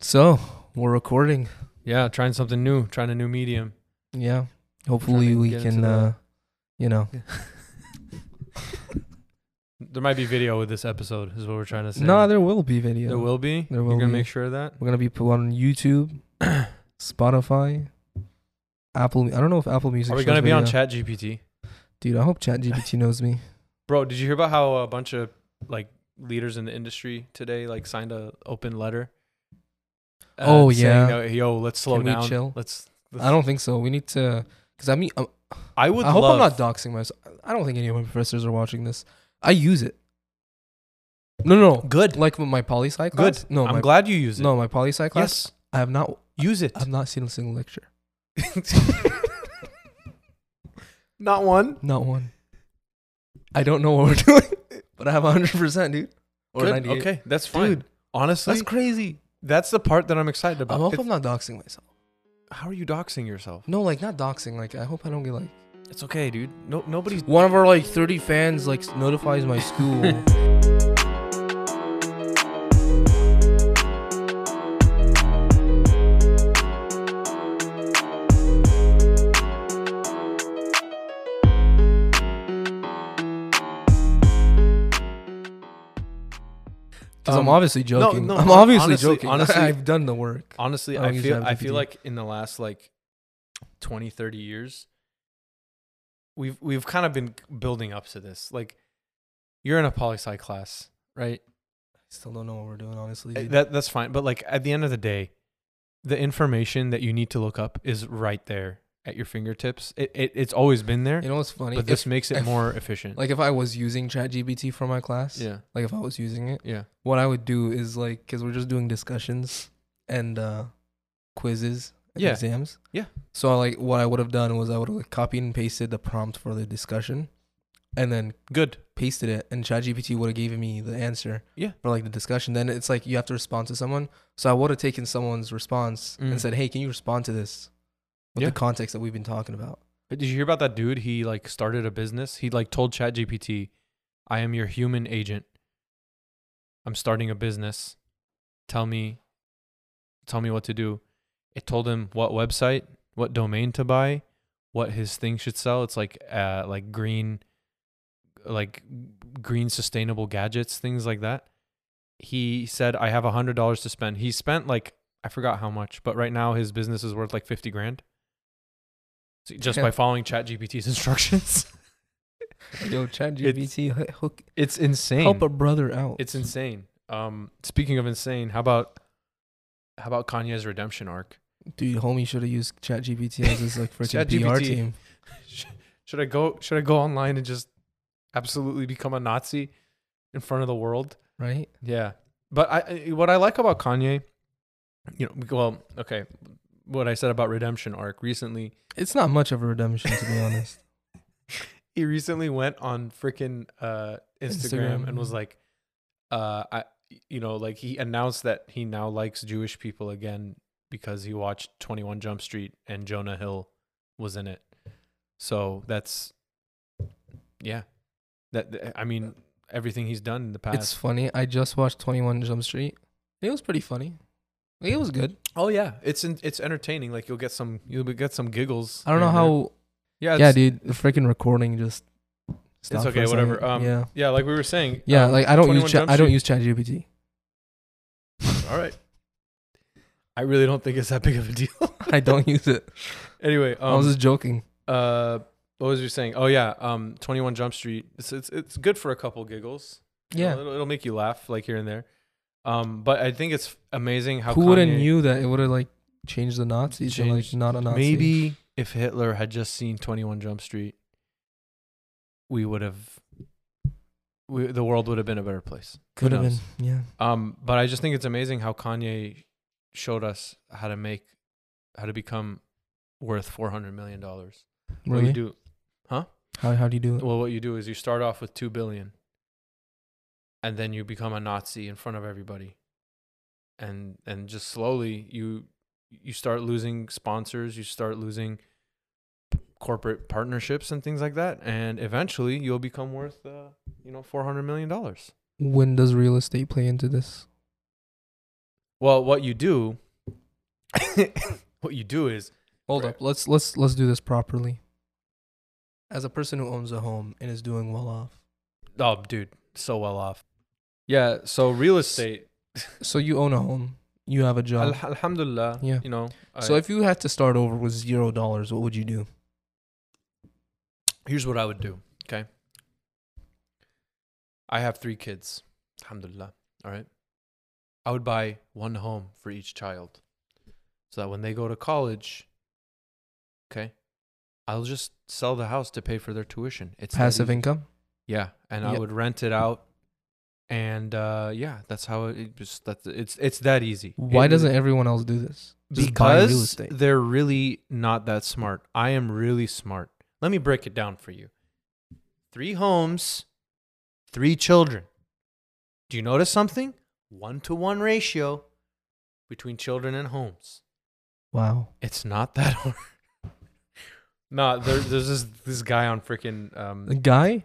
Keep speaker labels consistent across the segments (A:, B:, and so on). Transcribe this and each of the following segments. A: So we're recording.
B: Yeah, trying something new, trying a new medium.
A: Yeah. Hopefully
B: to
A: we
B: get
A: can,
B: into the-
A: uh, you know.
B: There might be video with this episode, is what we're trying to say.
A: No, there will be video.
B: there will be.
A: There will
B: You're gonna
A: be.
B: make sure of that.
A: We're gonna be put on YouTube, Spotify, Apple. I don't know if Apple Music.
B: Are we
A: shows
B: gonna be on
A: video.
B: ChatGPT?
A: Dude, I hope ChatGPT knows me.
B: Bro, did you hear about how a bunch of like leaders in the industry today like signed a open letter? Uh,
A: Oh,
B: saying,
A: yeah.
B: "No, Yo, let's slow
A: Can we
B: down.
A: chill?
B: Let's, let's.
A: I don't think so. We need to, cause I mean, I,
B: I would.
A: I hope I'm not
B: love-
A: doxing myself. I don't think any of my professors are watching this. I use it. No, no, no.
B: good.
A: like my poli sci class.
B: Good.
A: No,
B: I'm
A: my,
B: glad you use it.
A: no, my poli sci class.
B: yes,
A: I have not.
B: use it.
A: I've not seen a single lecture.
B: not one.
A: Not one. I don't know what we're doing, but I have 100%, dude. Or
B: Good.
A: 98.
B: Okay, that's fine.
A: Dude,
B: Honestly,
A: That's
B: that's,
A: crazy.
B: the part that I'm excited
A: I
B: about.
A: hope
B: It's-
A: I'm not doxing myself.
B: how are you doxing yourself?
A: No, like, not doxing. Like, I hope I don't get, like,
B: It's okay, dude. No, nobody's.
A: one of our, like, 30 fans, like, notifies my school. Because I'm
B: Um,
A: obviously joking.
B: no,
A: I'm
B: hon-
A: obviously
B: honestly-
A: joking.
B: honestly- uh,
A: I've done the work.
B: Honestly,
A: I
B: I
A: don't use
B: feel I
A: ChatGPT.
B: feel like in the last like 20, 30 years, we've we've kind of been building up to this. Like, you're in a poli sci class, right?
A: I still don't know what we're doing, honestly.
B: Uh,
A: dude.
B: That that's fine. But like at the end of the day, the information that you need to look up is right there at your fingertips. It, it it's always been there,
A: you know what's funny?
B: but this
A: If-
B: makes it
A: if-
B: more efficient.
A: like, if I was using ChatGPT for my class,
B: yeah,
A: like, if I was using it,
B: yeah.
A: what I would do is like because we're just doing discussions and uh quizzes and
B: Yeah.
A: exams.
B: Yeah.
A: So like what I would have done was I would have like, copied and pasted the prompt for the discussion and then
B: Good.
A: pasted it and ChatGPT would have given me the answer
B: Yeah.
A: for like the discussion. Then it's like you have to respond to someone. So I would have taken someone's response and
B: Mm.
A: said, Hey, can you respond to this? With
B: Yeah.
A: the context that we've been talking about.
B: But Did you hear about that dude? He like started a business. He like told ChatGPT, "I am your human agent. I'm starting a business. Tell me, tell me what to do." It told him what website, what domain to buy, what his thing should sell. It's like uh like green, like green sustainable gadgets, things like that. He said, "I have a hundred dollars to spend." He spent like I forgot how much, but right now his business is worth like fifty grand. So just by following ChatGPT's instructions.
A: Yo, ChatGPT h- hook
B: It's insane.
A: help a brother out.
B: it's insane. Um, speaking of insane, how about how about Kanye's redemption arc?
A: Dude, homie should have used ChatGPT as his like freaking PR
B: ChatGPT.
A: team.
B: Sh- Should I go? Should I go online and just absolutely become a Nazi in front of the world?
A: Right?
B: Yeah. But I I- what I like about Kanye, you know, well, okay, what I said about redemption arc recently,
A: It's not much of a redemption, to be honest.
B: he recently went on freaking uh, Instagram,
A: Instagram,
B: and was
A: yeah.
B: like, uh, I, you know, like he announced that he now likes Jewish people again because he watched 21 Jump Street and Jonah Hill was in it. So that's, yeah, that I mean everything he's done in the past.
A: It's funny. I just watched Twenty One Jump Street. It was pretty funny. Like, It was good.
B: oh yeah, it's en- it's entertaining. Like you'll get some you'll get some giggles.
A: I don't know
B: here and
A: how.
B: there. Yeah,
A: Yeah,
B: it's,
A: dude, the freaking recording just. stopped for a
B: okay,
A: second.
B: whatever. Um,
A: yeah,
B: yeah, like we were saying.
A: yeah.
B: um,
A: like I don't
B: 21
A: use chat.
B: Jump
A: I don't
B: Street-
A: use ChatGPT.
B: All right. I really don't think it's that big of a deal.
A: I don't use it.
B: anyway,
A: I was
B: um,
A: just joking.
B: uh, what was you saying? Oh yeah, um, Twenty One Jump Street. It's it's it's good for a couple giggles. You know,
A: Yeah.
B: it'll, it'll make you laugh like here and there. Um, but I think it's amazing how
A: Who would have
B: Kanye-
A: knew that it would have like changed the Nazis to like
B: Changed-
A: not a Nazi?
B: Maybe if Hitler had just seen Twenty One Jump Street, we would have. We, the world would have been a better place.
A: could have been.
B: knows?
A: Yeah.
B: Um, but I just think it's amazing how Kanye showed us how to make, how to become worth four hundred million dollars. What
A: Really?
B: you do?
A: How how do you do it?
B: Well, what you do is you start off with two billion, and then you become a Nazi in front of everybody, and and just slowly you you start losing sponsors, you start losing corporate partnerships and things like that, and eventually you'll become worth uh, you know four hundred million dollars.
A: When does real estate play into this?
B: Well, what you do, what you do is
A: Hold up. Let's let's let's do this properly. As a person who owns a home and is doing well off,
B: Oh, dude, so well off. Yeah, so real estate.
A: so you own a home, you have a job.
B: Al- alhamdulillah.
A: Yeah.
B: You know.
A: so
B: I-
A: if you had to start over with zero dollars, what would you do?
B: here's what I would do. Okay. I have three kids. Alhamdulillah. All right. I would buy one home for each child, so that when they go to college, okay, I'll just sell the house to pay for their tuition. It's that
A: Passive
B: easy.
A: income.
B: Yeah, and I
A: Yeah.
B: would rent it out, and uh, yeah, that's how it, it just that's it's it's that easy.
A: Why
B: It-
A: doesn't everyone else do this? Just buy real
B: because
A: estate.
B: they're really not that smart. I am really smart. Let me break it down for you. Three homes, three children. Do you notice something? One to one ratio between children and homes.
A: Wow.
B: It's not that hard. nah, there, there's this this guy on freaking
A: The
B: um,
A: guy?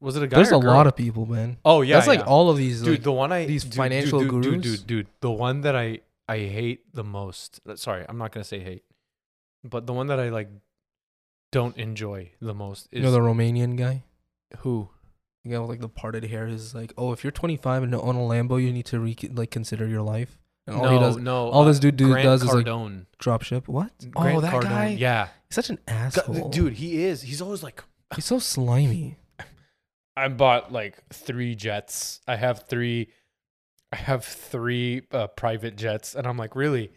B: was it a guy?
A: There's
B: or
A: a
B: girl?
A: lot of people, man.
B: Oh yeah,
A: That's like
B: yeah.
A: all of these.
B: dude.
A: like-
B: the one I
A: these
B: dude, dude,
A: financial
B: dude, dude,
A: gurus?
B: dude, dude, the one that I I hate the most. uh, Sorry, I'm not gonna say hate, but the one that I like don't enjoy the most is
A: you know the Romanian guy?
B: who?
A: The guy with like the parted hair is like, oh, if you're 25 and don't own a Lambo, you need to re- like consider your life. And all
B: no,
A: he does,
B: no. uh,
A: all this dude, dude
B: Grant
A: does is like
B: Cardone.
A: drop ship. What?
B: Grant
A: oh, that
B: Cardone.
A: guy.
B: Yeah,
A: He's such an
B: Gu-
A: asshole,
B: dude, he is. He's always like,
A: He's so slimy.
B: I bought like three jets. I have three. I have three uh, private jets, and I'm like, really?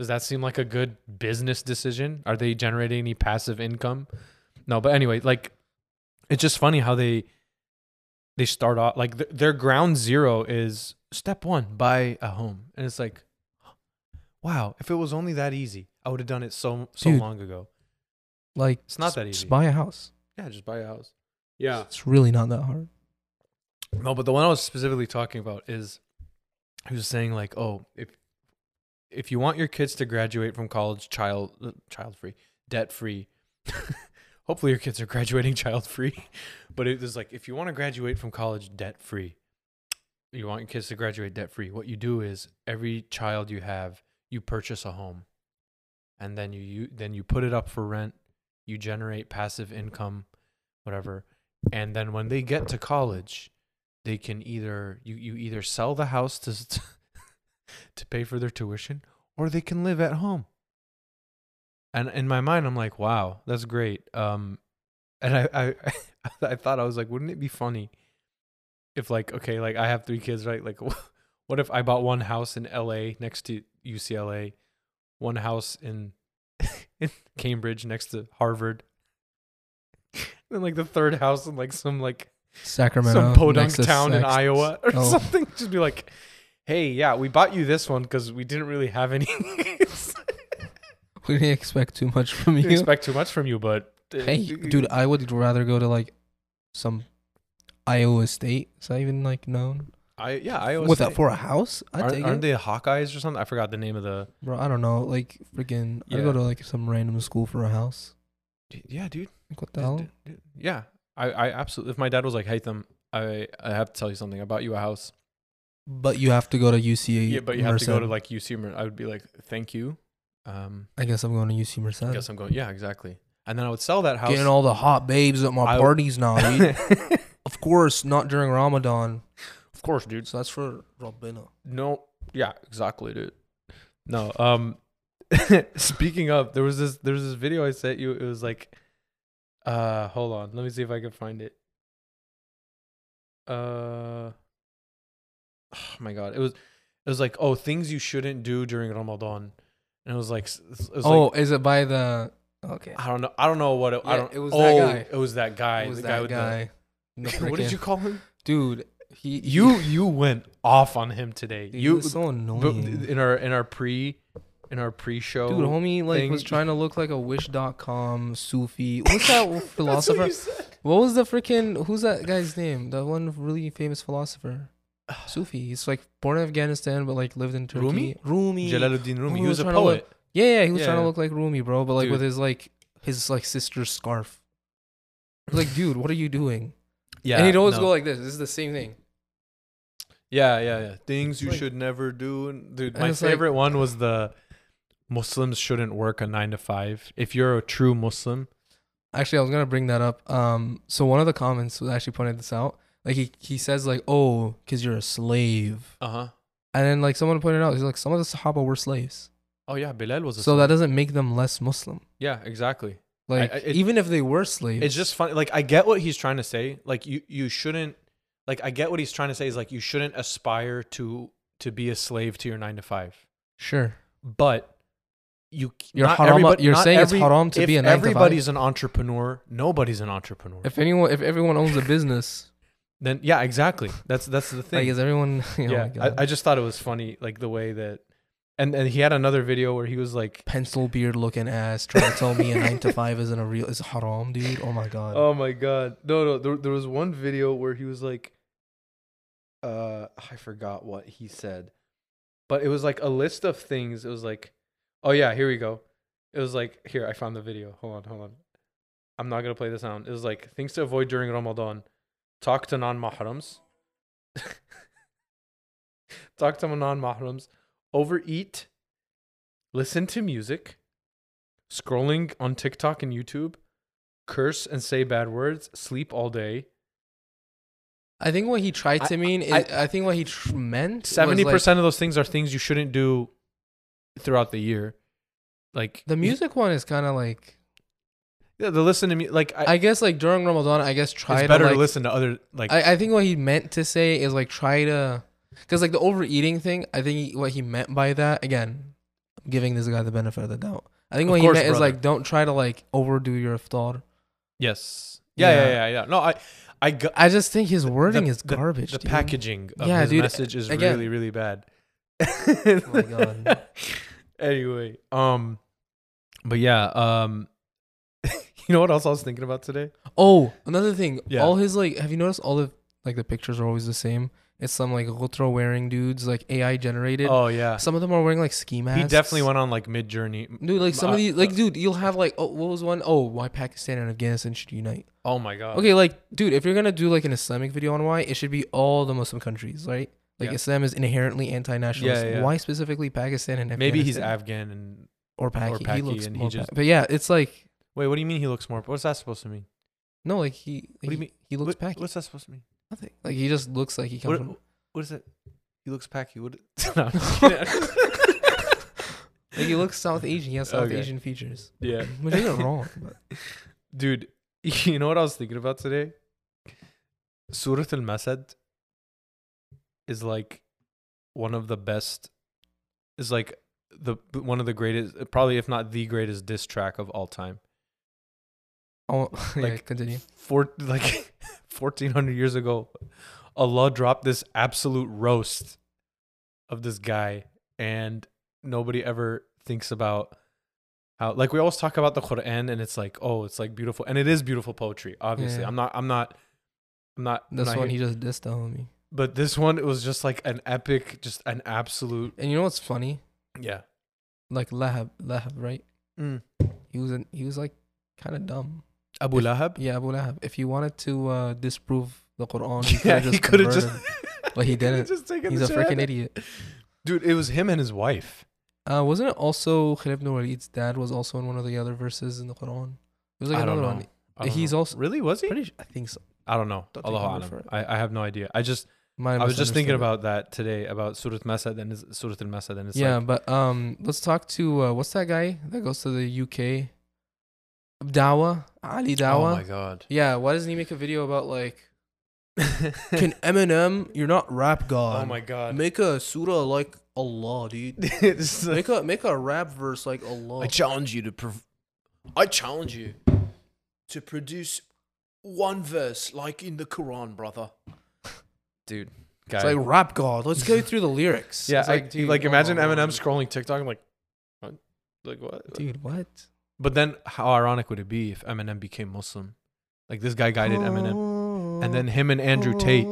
B: Does that seem like a good business decision? Are they generating any passive income? No, but anyway, like, it's just funny how they they start off like th- their ground zero is step one, buy a home, and it's like, wow, if it was only that easy, I would have done it so so
A: Dude.
B: long ago.
A: Like
B: It's not
A: s-
B: that easy.
A: Just buy a house.
B: Yeah, just buy a house. Yeah,
A: It's really not that hard.
B: No, but the one I was specifically talking about is he was saying like, oh, if if you want your kids to graduate from college child child free, debt free. Hopefully your kids are graduating child free, but it was like if you want to graduate from college debt free, you want your kids to graduate debt free. What you do is every child you have, you purchase a home, and then you, you then you put it up for rent. You generate passive income, whatever, and then when they get to college, they can either you, you either sell the house to s- to pay for their tuition or they can live at home and in my mind i'm like wow that's great um and i i i thought i was like wouldn't it be funny if like okay like i have three kids right like what if i bought one house in la next to ucla one house in in cambridge next to harvard and like the third house in like some like
A: Sacramento,
B: some podunk
A: next to
B: town in
A: Sac-
B: Iowa or
A: Oh.
B: something. Just be like, hey, yeah, we bought you this one because we didn't really have any.
A: We didn't expect too much from
B: didn't
A: you.
B: expect too much from you, but uh,
A: hey, dude, I would rather go to like some Iowa state. Is that even like known?
B: I yeah, I always
A: With that for a house, I would
B: aren't,
A: take
B: aren't
A: it,
B: they Hawkeyes or something? I forgot the name of the.
A: bro. I don't know, like freaking. I
B: Yeah.
A: go to like some random school for a house.
B: Yeah, dude.
A: Like, what the hell?
B: Yeah, I I absolutely. If my dad was like, hey, them, I I have to tell you something. I bought you a house.
A: But you have to go to UCA.
B: Yeah, but you have to go to
A: Merced.
B: like UC. Mer- I would be like, thank you. Um,
A: I guess I'm going to UC Merced.
B: I guess I'm going. Yeah, exactly. And then I would sell that house.
A: Getting all the hot babes at my
B: I-
A: parties now. dude.
B: of
A: of course, not during Ramadan.
B: course, dude.
A: So that's for Robina.
B: No, yeah, exactly, dude. No, um, speaking of, there was this there was this video I sent you. It was like, uh, hold on, let me see if I can find it. Uh, oh my god, it was it was like oh things you shouldn't do during Ramadan, and it was like s- s- it was
A: Oh,
B: like,
A: is it by the? Okay.
B: I don't know, I don't know what it, I
A: Yeah,
B: don't.
A: it was
B: oh,
A: that guy.
B: It was that guy.
A: It was
B: the
A: that
B: guy
A: guy. in the
B: with the. what did
A: frickin-
B: you call him?
A: dude? He
B: You you went off on him today.
A: Dude,
B: you
A: he was so
B: But
A: annoying.
B: in our in our pre in our pre-show
A: Dude, homie like
B: thing-
A: was trying to look like a wish.com Sufi. What's that philosopher? What, was the freaking who's that guy's name? That one really famous philosopher. Sufi. He's like born in Afghanistan but like lived in Turkey.
B: Rumi?
A: Rumi.
B: Jalaluddin Rumi. He
A: Who
B: was a
A: was trying to look-
B: poet.
A: yeah, yeah, he was trying
B: Yeah.
A: to look like Rumi, bro, but like with
B: Dude.
A: his like his like sister's scarf. Like, dude, what are you doing?
B: Yeah,
A: and he'd always
B: no.
A: go like this. This is the same thing.
B: Yeah, yeah, yeah. Things you
A: Like-
B: should never do. And dude,
A: And
B: my
A: it's like-
B: favorite one was the Muslims shouldn't work a nine to five. If you're a true Muslim,
A: Actually, I was gonna bring that up. Um, so one of the comments was actually pointed this out. Like he he says like, oh, because you're a slave,
B: uh huh.
A: and then like someone pointed out, he's like, some of the Sahaba were slaves,
B: Oh yeah, Bilal was a
A: so that
B: slave.
A: doesn't make them less Muslim.
B: yeah, exactly.
A: Like
B: I- it-
A: even if they were slaves,
B: It's just funny. Like I get what he's trying to say. Like you, you shouldn't. Like I get what he's trying to say is like you shouldn't aspire to to be a slave to your nine to five.
A: sure.
B: But you, c-
A: You're
B: not
A: harama-
B: everybody-
A: you're
B: not
A: saying it's haram to
B: if
A: be a nine to five?
B: Everybody's an entrepreneur. Nobody's an entrepreneur.
A: If anyone, if everyone owns a business,
B: then yeah, exactly. That's that's the thing.
A: like is everyone? You know,
B: yeah,
A: like, uh,
B: I, I just thought it was funny, like the way that, and and he had another video where he was like,
A: pencil beard looking ass trying to tell me a nine to five isn't a real is haram, dude. Oh my god.
B: "Oh my god, no, no." There, there was one video where he was like, uh, I forgot what he said, but it was like a list of things. It was like, oh yeah, here we go. It was like, here I found the video. Hold on, hold on. I'm not gonna play this sound. It was like things to avoid during Ramadan: talk to non-mahrams, talk to non-mahrams, overeat, listen to music, scrolling on TikTok and YouTube, curse and say bad words, sleep all day.
A: I think what he tried
B: I-
A: to mean, is,
B: I-
A: I, think what he tr- meant,
B: Seventy
A: was, like,
B: percent of those things are things you shouldn't do throughout the year. Like
A: The music one is kind of like
B: yeah, the listen to me. Like I,
A: I guess like during Ramadan, I guess try
B: it's
A: to
B: better to
A: like-
B: listen to other like
A: I, I think what he meant to say is like try to, because like the overeating thing, I think he, what he meant by that again, I'm giving this guy the benefit of the doubt. I think
B: Of
A: what
B: course,
A: he meant
B: brother.
A: is like don't try to like overdo your iftar.
B: yes, yeah, yeah,
A: Yeah.
B: yeah, yeah. No, I, I got
A: I just think his wording
B: the-
A: is garbage.
B: the
A: dude.
B: packaging of
A: Yeah,
B: his
A: dude,
B: message is
A: again. Oh
B: really, really bad.
A: my God.
B: anyway, um, but yeah, um, you know what else I was thinking about today?
A: Oh, another thing.
B: Yeah.
A: All his like, have you noticed all the like the pictures are always the same? It's some like retro wearing dudes, like AI generated.
B: oh yeah,
A: Some of them are wearing like ski masks.
B: he definitely went on like mid journey.
A: Dude, like some
B: Uh,
A: of these, like dude, you'll have like, oh, what was one? Oh, why Pakistan and Afghanistan should unite.
B: Oh my god.
A: Okay, like dude, if you're gonna do like an Islamic video on why, it should be all the Muslim countries, right? Like
B: Yeah.
A: Islam is inherently anti-nationalist.
B: Yeah, yeah, yeah.
A: Why specifically Pakistan and Afghanistan?
B: Maybe he's Afghan and
A: or Paki.
B: or
A: he
B: Paki
A: looks
B: and he
A: more
B: just-
A: Pa- but yeah, it's like
B: wait. What do you mean he looks more? What's that supposed to mean?
A: no, like he.
B: What do you
A: he,
B: mean?
A: He looks
B: What-
A: Paki.
B: What's that supposed to mean?
A: Nothing. Like he just looks like he comes
B: What,
A: from
B: what is it? He looks packy. What? No, I'm just kidding.
A: Like he looks South Asian. He has South
B: Okay.
A: Asian features,
B: Yeah.
A: which isn't wrong. But
B: Dude, you know what I was thinking about today? Surat Al Masad is like one of the best, is like the one of the greatest, probably if not the greatest diss track of all time.
A: I'll, yeah,
B: Like-
A: continue.
B: Four, like 1400 years ago, Allah dropped this absolute roast of this guy, and nobody ever thinks about how like we always talk about the Quran and it's like, oh, it's like beautiful. And it is beautiful poetry, obviously.
A: Yeah.
B: I'm not I'm not I'm not I'm
A: This
B: not
A: one
B: here-
A: he just dissed the homie.
B: but this one it was just like an epic, just an absolute
A: And you know what's funny?
B: yeah.
A: Like Lahab, Lahab, right?
B: Mm.
A: He was an, he was like kind of dumb.
B: Abu Lahab.
A: Yeah, Abu Lahab. If he wanted to uh, disprove the Quran, he
B: Yeah,
A: could have
B: he
A: just
B: could have
A: converted.
B: just
A: But he
B: could've
A: didn't.
B: just taken
A: He's
B: the
A: a
B: shahada.
A: freaking idiot.
B: Dude, it was him and his wife.
A: Uh, wasn't it also Khalid ibn Walid's dad was also in one of the other verses in the Quran? It was like
B: I don't
A: another
B: know.
A: one.
B: I don't
A: He's
B: know.
A: also-
B: really was he?
A: Pretty, su- I think so.
B: I don't know.
A: Don't take my
B: Allahu
A: word
B: alam.
A: for it.
B: I, I have no idea. I just
A: Might have
B: I was just thinking
A: misunderstood it.
B: about that today about Surat Masad and it's- Surat Al Masad and it's
A: yeah,
B: like
A: but um, let's talk to uh, what's that guy that goes to the UK? Dawa Ali Dawa.
B: oh my god.
A: yeah, why doesn't he make a video about like can Eminem? You're not rap god.
B: oh my god.
A: Make a surah like Allah, dude.
B: This is like,
A: Make a make a rap verse like Allah.
C: challenge you to. Prov- I challenge you to produce one verse like in the Quran, brother.
B: dude, guy.
A: It's like rap god. Let's go through the lyrics.
B: yeah,
A: It's
B: like, I,
A: dude,
B: like
A: oh
B: imagine
A: my
B: Eminem
A: lord.
B: scrolling TikTok. I'm like, what? Like what?
A: Dude, what?
B: But then, how ironic would it be if Eminem became Muslim? Like this guy guided Eminem, and then him and Andrew Tate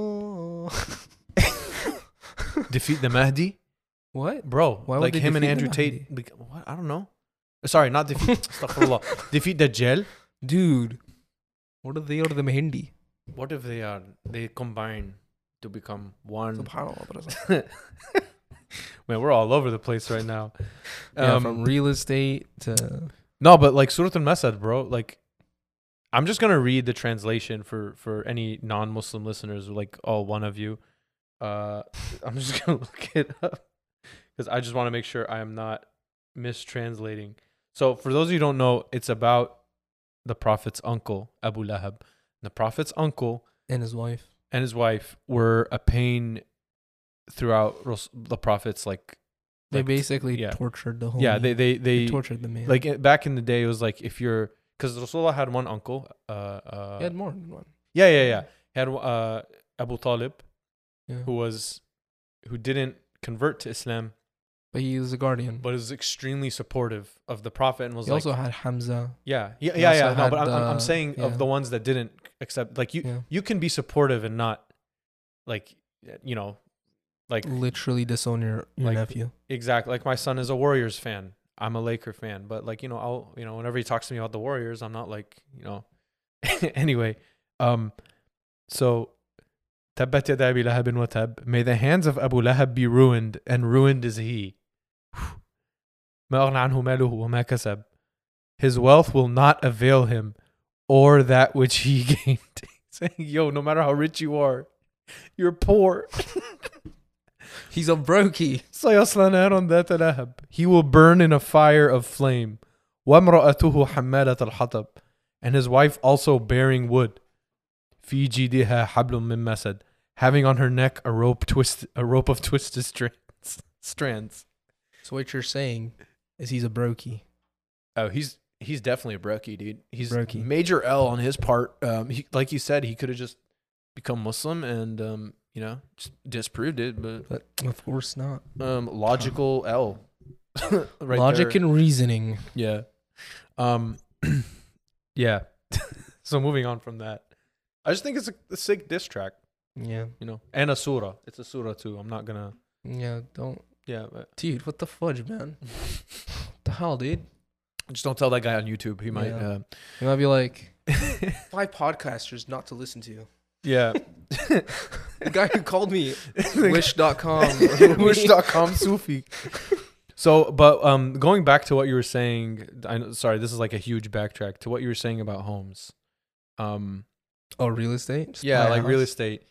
B: defeat the Mahdi,
A: What?
B: bro.
A: Why would
B: like
A: they
B: him and
A: defeat the
B: Andrew Tate.
A: Mahdi?
B: bec- what? I don't know. Sorry, not defeat. astaghfirullah. defeat Dajjal.
A: Dude, what are they or the Mahindi?
B: What if they are they combine? to become one.
A: Subhanallah, but it's-
B: Man, we're all over the place right now.
A: yeah,
B: Um,
A: from real estate to
B: No, but like Surat al-Masad, bro. Like, I'm just gonna read the translation for for any non-Muslim listeners, like all one of you. Uh, I'm just gonna look it up because I just want to make sure I am not mistranslating. So, for those of you who don't know, it's about the Prophet's uncle Abu Lahab. The Prophet's uncle
A: and his wife.
B: and his wife were a pain throughout Ros- the Prophet's like.
A: They
B: like,
A: basically
B: yeah.
A: tortured the whole.
B: yeah, they they they,
A: tortured the man.
B: like it- back in the day, it was like if you're because Rasulullah had one uncle. Uh, uh,
A: he had more than one.
B: yeah, yeah, yeah. He had uh, Abu Talib,
A: Yeah.
B: who was who didn't convert to Islam,
A: But he was a guardian.
B: but was extremely supportive of the Prophet and was
A: he
B: like,
A: also had Hamza.
B: yeah, yeah,
A: he
B: yeah,
A: also
B: yeah. No,
A: had
B: but I'm, I'm- I'm
A: the-
B: saying
A: yeah.
B: of the ones that didn't accept, like you,
A: Yeah.
B: you can be supportive and not, like, you know, like
A: Literally disown your, your
B: Like-
A: nephew.
B: Exactly. Like my son is a Warriors fan. I'm a Laker fan, but like you know, I'll you know whenever he talks to me about the Warriors, I'm not like you know. anyway, um, so تبت يدا أبي لهب وتب. May the hands of Abu Lahab be ruined, and ruined is he. ما أغنى عنه ماله وما كسب. His wealth will not avail him, or that which he gained. Saying, yo, no matter how rich you are, you're poor.
A: He's a brokey.
B: سيصلى نارا ذات لهب He will burn in a fire of flame وامرأته حمالة الحطب And his wife also bearing wood في جيدها حبل من مسد Having on her neck a rope twist a rope of twisted strands strands
A: So what you're saying is he's a brokey.
C: Oh, he's he's definitely a brokey, dude. He's
A: Brokey.
C: major L on his part. Um, he, like you said, he could have just become Muslim and um, you know, just disproved it, but
A: But of course not.
C: um, logical L. right
A: Logic
C: there.
A: and reasoning.
B: Yeah um yeah so moving on from that I just think it's a, a sick diss track
A: Yeah.
B: you know and a surah it's a surah too I'm not gonna
A: Yeah. Don't.
B: yeah uh, but
A: Dude, what the fudge, man? the hell, dude?
C: just don't tell that guy on YouTube. He might
A: Yeah.
C: uh,
A: You might be like, five podcasters not to listen to.
B: uh, yeah
A: The guy who called me,
B: Wish-
A: wish.com.
B: wish.com Sufi. So, but um, going back to what you were saying, I know, sorry, this is like a huge backtrack to what you were saying about homes. Um,
A: Oh, real estate? Just
B: yeah,
A: buy a
B: like real
A: house?
B: estate. Theretate.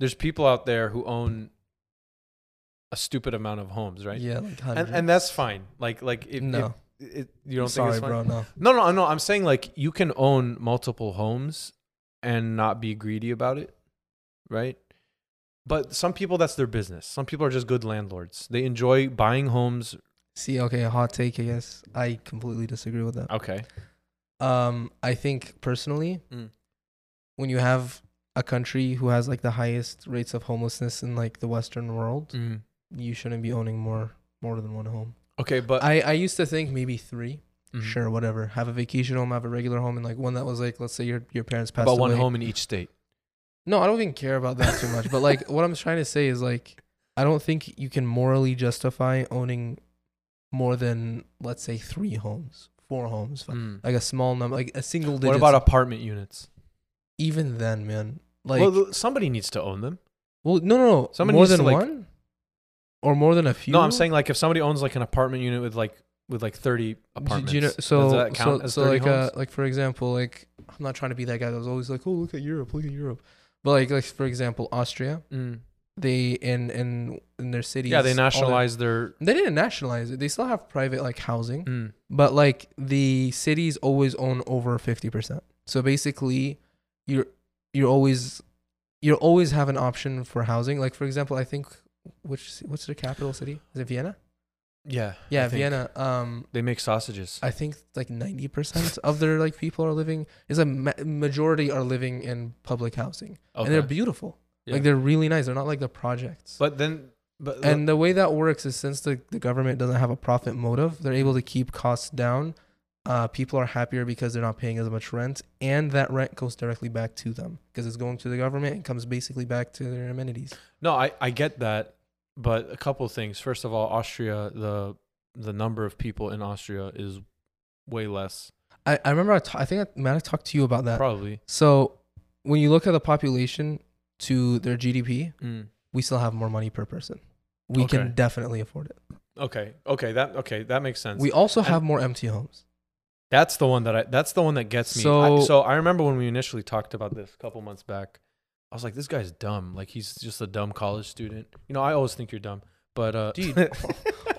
B: There's people out there who own a stupid amount of homes, right?
A: Yeah, like
B: and,
A: hundreds.
B: and that's fine. Like, like if,
A: no,
B: if, it, you don't
A: sorry,
B: think it's fine?
A: bro. No,
B: No, no, no. I'm saying like you can own multiple homes and not be greedy about it, right? But some people, that's their business. Some people are just good landlords. They enjoy buying homes.
A: see, okay, a hot take. I guess I completely disagree with that.
B: Okay.
A: Um, I think personally,
B: Mm.
A: when you have a country who has like the highest rates of homelessness in like the Western world,
B: Mm-hmm. Mm.
A: you shouldn't be owning more more than one home.
B: Okay, but
A: I I used to think maybe three.
B: Mhm.
A: Sure, whatever. Have a vacation home, have a regular home, and like one that was like, let's say your your parents passed
B: about one
A: away.
B: home in each state.
A: No, I don't even care about that too much. But like, what I'm trying to say is like, I don't think you can morally justify owning more than let's say three homes, four homes, fi-
B: Mm.
A: like a small number, like a single digit.
B: What about apartment units?
A: even then, man? Like,
B: well,
A: well,
B: th- somebody needs to own them.
A: no, no, no,
B: somebody
A: more
B: needs to,
A: than
B: like-
A: one, or more than a few.
B: No, I'm saying like if somebody owns like an apartment unit with like with like 30
A: Do,
B: apartments.
A: do you know?
B: does
A: So,
B: that count
A: so,
B: as
A: so
B: 30
A: like, uh,
B: homes?
A: like for example, like I'm not trying to be that guy that was always like, oh, look at Europe, look at Europe. But like, like for example, Austria,
B: Mm.
A: they in in in their cities.
B: yeah, they
A: uh, all their-
B: nationalize their.
A: They didn't nationalize it. They still have private like housing,
B: Mm.
A: but like the cities always own over 50%. So basically, you're you're always you always have an option for housing. Like for example, I think which ci- what's the capital city? Is it Vienna?
B: Yeah.
A: Yeah,
B: I think.
A: Vienna. Um
B: They make sausages.
A: I think like 90% of their like people are living is a ma- majority are living in public housing. And they're
B: Okay.
A: beautiful.
B: Yeah.
A: Like they're really nice. They're not like the projects.
B: But then, but
A: And the way that works is since the, the government doesn't have a profit motive, they're able to keep costs down. Uh, people are happier because they're not paying as much rent, and that rent goes directly back to them because it's going to the government and comes basically back to their amenities.
B: no, I I get that, but a couple of things. First of all, Austria the the number of people in Austria is way less
A: I, Uh, I remember I, ta- I think I, Matt, I talked to you about that.
B: probably.
A: So when you look at the population to their GDP,
B: Mm.
A: we still have more money per person. We
B: Okay.
A: can definitely afford it.
B: Okay. Okay. That okay. That makes sense.
A: We also
B: And-
A: have more empty homes.
B: That's the one that I. That's the one that gets me. I,
A: So-
B: so I remember when we initially talked about this a couple months back. I was like, this guy's dumb. Like he's just a dumb college student. You know, I always think you're dumb, but uh,
A: Dude,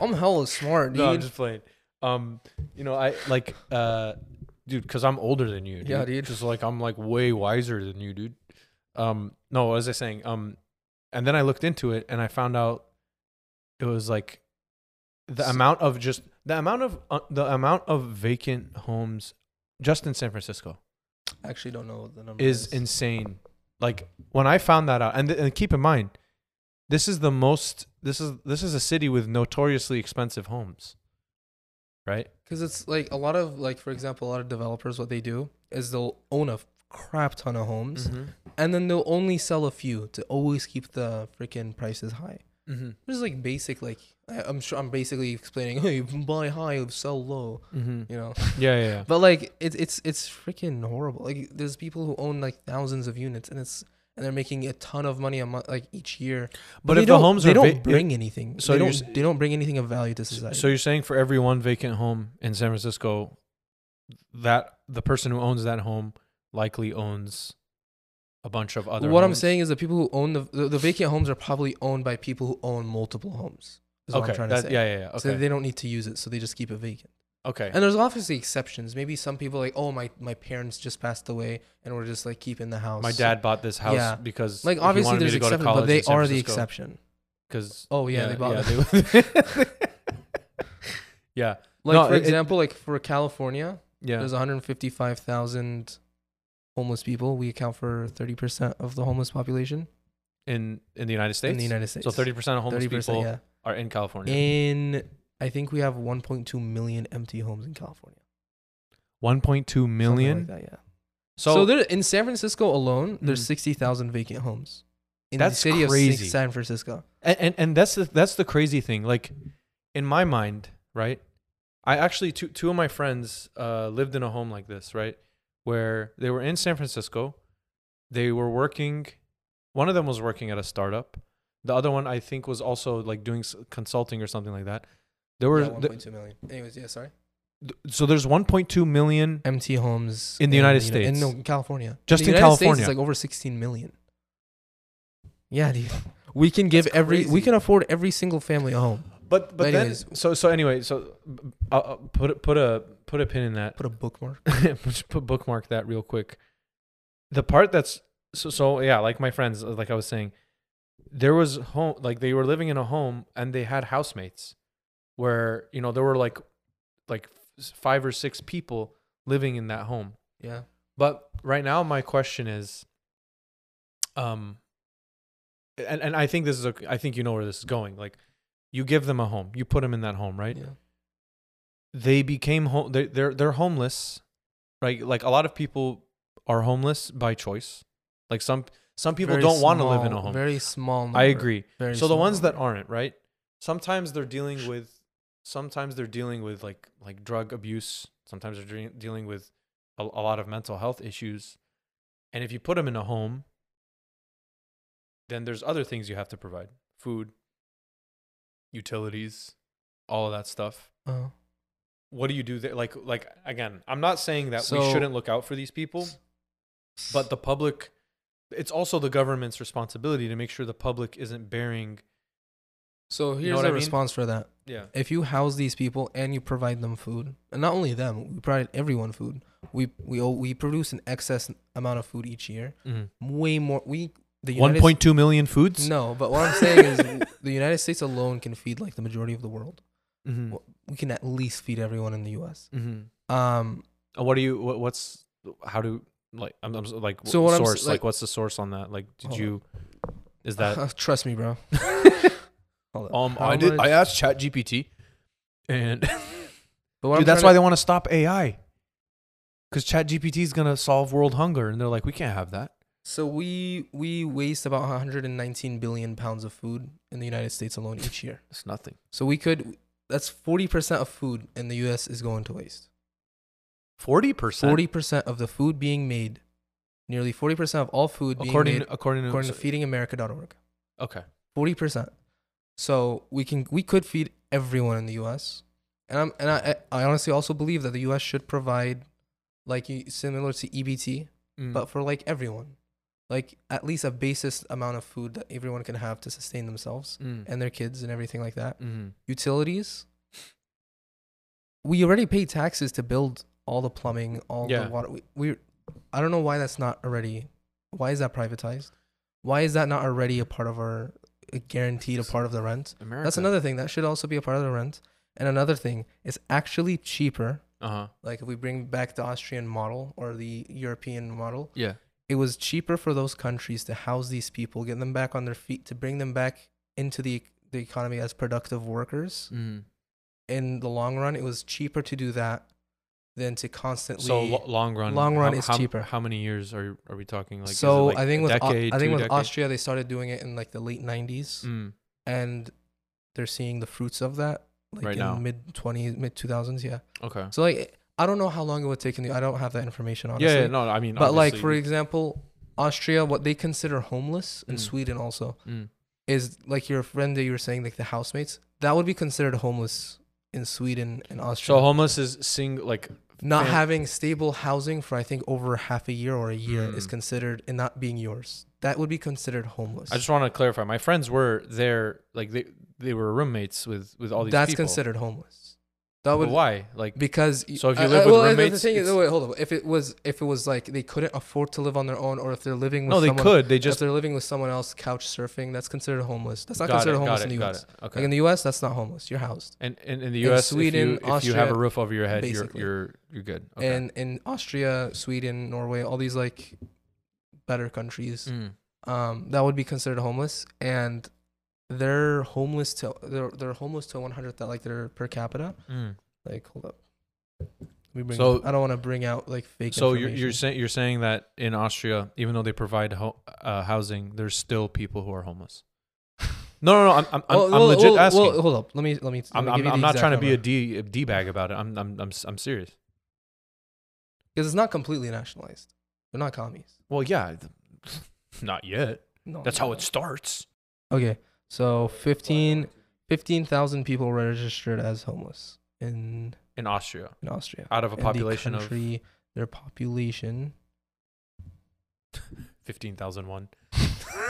A: I'm hella smart, dude.
B: no, I'm just playing. Um, you know, I like uh, dude, because I'm older than you. Dude.
A: Yeah, dude.
B: Just like I'm like way wiser than you, dude. Um, no, what was I saying? Um, and then I looked into it and I found out it was like the
A: S-
B: amount of just the amount of uh, the amount of vacant homes just in San Francisco
A: I actually don't know what the number
B: is insane. Like when I found that out, and, th- and keep in mind, this is the most. This is this is a city with notoriously expensive homes, right?
A: because it's like a lot of like for example, a lot of developers what they do is they'll own a crap ton of homes
B: Mm-hmm.
A: and then they'll only sell a few to always keep the freaking prices high.
B: Mm-hmm.
A: This is like basic like I- I'm sure I'm basically explaining hey buy high sell low
B: Mm-hmm.
A: you know
B: Yeah, yeah, yeah.
A: but like it's it's it's freaking horrible like there's people who own like thousands of units and it's and they're making a ton of money a month like each year
B: But
A: they
B: if the
A: don't-
B: homes
A: they
B: are
A: don't
B: va-
A: bring anything
B: so
A: so they
B: you're
A: don't they don't bring anything of value to society
B: so you're saying for every one vacant home in San Francisco, that the person who owns that home likely owns a bunch of other.
A: what I'm
B: homes?
A: saying is the people who own the, the the vacant homes are probably owned by people who own multiple homes. Is what
B: Okay.
A: I'm trying
B: that-
A: to say.
B: Yeah, yeah, yeah. Okay.
A: So they don't need to use it, so they just keep it vacant.
B: okay.
A: And there's obviously exceptions. Maybe some people like, oh my my parents just passed away, and we're just like keeping the house.
B: My dad bought this house
A: Yeah.
B: because
A: Like
B: he
A: obviously
B: wanted me
A: there's
B: to go to
A: exceptions, but
B: college
A: they
B: in San
A: are the
B: Francisco.
A: exception.
B: because
A: Oh yeah, they bought. it.
B: they- yeah,
A: Like
B: No,
A: for
B: it- it-
A: example, like for California,
B: yeah.
A: there's 155,000 homeless people. We account for 30 percent of the homeless population
B: In in the United States,
A: in the United States.
B: so thirty percent of homeless
A: 30%,
B: people
A: yeah.
B: are in California.
A: in I think we have 1.2 million empty homes in California.
B: One point two
A: Something
B: million.
A: like that, yeah.
B: so
A: So, there in San Francisco alone,
B: Mm.
A: there's 60,000 vacant homes in
B: That's
A: the city of
B: crazy.
A: Sa- San Francisco.
B: and, and and that's the that's the crazy thing. Like in my mind, right? I actually two two of my friends uh, lived in a home like this, right? Where they were in San Francisco, they were working. One of them was working at a startup. The other one, I think, was also like doing s- consulting or something like that. There were
A: yeah,
B: the-
A: 1.2 million. Anyways, yeah, sorry.
B: Th- so there's 1.2 million
A: Empty homes
B: In the United
A: Uni-
B: States.
A: in no, California.
B: Just
A: the
B: in
A: United
B: California.
A: States, it's like over 16 million. Yeah, dude. We can give every we
C: crazy.
A: can afford every single family a home.
B: but but then
A: anyways.
B: so so anyway so I'll, I'll put a- put a put a pin in that
A: Put a bookmark.
B: Just put bookmark that real quick the part that's so so yeah like my friends uh, like i was saying there was home like they were living in a home and they had housemates where you know there were like like s- five or six people living in that home
A: Yeah.
B: But right now, my question is, um, and, and I think this is a, I think you know where this is going. Like, you give them a home, you put them in that home, right?
A: Yeah.
B: They became home. They're, they're they're homeless, right? Like a lot of people are homeless by choice. Like some some people
A: Very
B: don't want to live in
A: small-
B: a home.
A: Very small.
B: I
A: number,
B: agree.
A: very
B: So the
A: small
B: ones that
A: number.
B: aren't, right? Sometimes they're dealing with sometimes they're dealing with like like drug abuse, sometimes they're dre- dealing with a, a lot of mental health issues. And if you put them in a home, then there's other things you have to provide. Food, utilities, all of that stuff.
A: Uh,
B: What do you do there? Like like again, I'm not saying that we
A: So-
B: shouldn't look out for these people, but the public it's also the government's responsibility to make sure the public isn't bearing
A: so here's
B: what
A: the
B: I mean?
A: response for that.
B: yeah
A: if you house these people and you provide them food, and not only them, we provide everyone food. We we all- we produce an excess amount of food each year.
B: Mm-hmm.
A: Way more. We the
B: One
A: United
B: point two million foods.
A: No, but what I'm saying is the United States alone can feed like the majority of the world.
B: Mm-hmm.
A: Well- We can at least feed everyone in the U.S. Um,
B: Uh, What do you? What, what's? How do? Like, I'm, I'm s- like.
A: So
B: So
A: what I'm s-
B: source? like,
A: like-
B: what's the source on that? Like, did
A: Hold on.
B: you? Is that?
A: trust me, bro. Hold on.
B: um,
A: Uh-huh. How
B: I did.
A: much-
B: I asked Chat GPT, and
A: But what
B: dude,
A: I'm
B: that's why
A: trying
B: they want to stop AI. Because Chat GPT is gonna solve world hunger, and they're like, we can't have that.
A: to- So we we waste about 119 billion pounds of food in the United States alone each year.
B: It's nothing.
A: So we could. That's forty percent of food in the U.S. is going to waste.
B: Forty percent.
A: Forty percent of the food being made Nearly 40% of all food being
B: according
A: made,
B: according to,
A: according to
B: so-
A: feedingamerica.org.
B: okay
A: 40%. So we can we could feed everyone in the US. And I'm and I I honestly also believe that the US should provide like you- similar to EBT,
B: Mm.
A: but for like everyone. Like at least a basis amount of food that everyone can have to sustain themselves
B: Mm.
A: and their kids and everything like that.
B: Mhm.
A: Utilities. We already pay taxes to build all the plumbing, all
B: Yeah.
A: the water. We, we I don't know why that's not already why is that privatized? Why is that not already a part of our a guaranteed a part of the rent?
B: America.
A: That's another thing that should also be a part of the rent. And another thing is actually cheaper.
B: uh-huh
A: Like if we bring back the Austrian model or the European model,
B: yeah
A: it was cheaper for those countries to house these people, get them back on their feet, to bring them back into the the economy as productive workers.
B: mm.
A: In the long run, it was cheaper to do that than to constantly.
B: so lo- long run
A: long run
B: how,
A: is
B: how,
A: cheaper.
B: how many years are are we talking like is it
A: so
B: like
A: I think
B: a
A: with Au-
B: decade,
A: I think
B: two
A: with
B: decades?
A: Austria, they started doing it in like the late '90s,
B: Mm.
A: and they're seeing the fruits of that, like
B: Right
A: in
B: now.
A: mid 20s, mid 2000s. Yeah.
B: okay
A: So like, I don't know how long it would take. In the, I don't have that information honestly.
B: yeah, yeah no i mean
A: but like
B: obviously
A: for
B: we-
A: example, Austria, what they consider homeless, and
B: Mm.
A: Sweden also.
B: mm.
A: is like your friend that you were saying, like the housemates, that would be considered homeless in Sweden and
B: so
A: Austria.
B: homeless is sing like
A: not
B: fam-
A: having stable housing for I think over half a year or a year is
B: Mm.
A: considered and not being yours. That would be considered homeless.
B: I just want to clarify. My friends were there, like they they were roommates with with all these.
A: That's
B: people.
A: considered homeless. That
B: But
A: would
B: why? Like
A: because uh,
B: So if you live with
A: the-
B: roommates,
A: the thing is, oh,
B: it's-
A: wait, hold on. If it was if it was like they couldn't afford to live on their own, or if they're living with
B: no, they
A: someone,
B: could. They
A: if
B: just
A: they're living with someone else, couch surfing, that's considered homeless. That's not
B: got
A: considered
B: it,
A: homeless
B: got
A: in
B: it,
A: the
B: got
A: U.S.
B: it. Okay.
A: Like in the U.S., that's not homeless. You're housed.
B: and, and in the
A: in
B: U.S.,
A: Sweden,
B: if you, if you have a
A: Austria,
B: roof over your head, you're
A: basically.
B: you're you're good. Okay.
A: and in Austria, Sweden, Norway, all these like better countries,
B: Mm.
A: um, that would be considered homeless, and they're homeless to they're they're homeless to one hundred that like their per capita.
B: Mm.
A: Like hold up, Let me bring.
B: So-
A: up- I don't want to bring out like fake.
B: so you're you're
A: information.
B: saying you're saying that in Austria, even though they provide ho- uh, housing, there's still people who are homeless. No, no, no. I'm I'm, I'm,
A: Well,
B: I'm
A: well,
B: legit
A: well,
B: asking.
A: Well, hold up. Let me let me.
B: I'm I'm, I'm not trying to be a d a d bag about it. I'm I'm I'm s- I'm serious.
A: because it's not completely nationalized. They're not commies.
B: Well, yeah, not yet.
A: No,
B: That's
A: no,
B: how
A: no.
B: it starts.
A: Okay, so 15 15,000 people registered as homeless in
B: In Austria,
A: in Austria.
B: out of a
A: and the
B: population of
A: country, their population.
B: fifteen thousand one.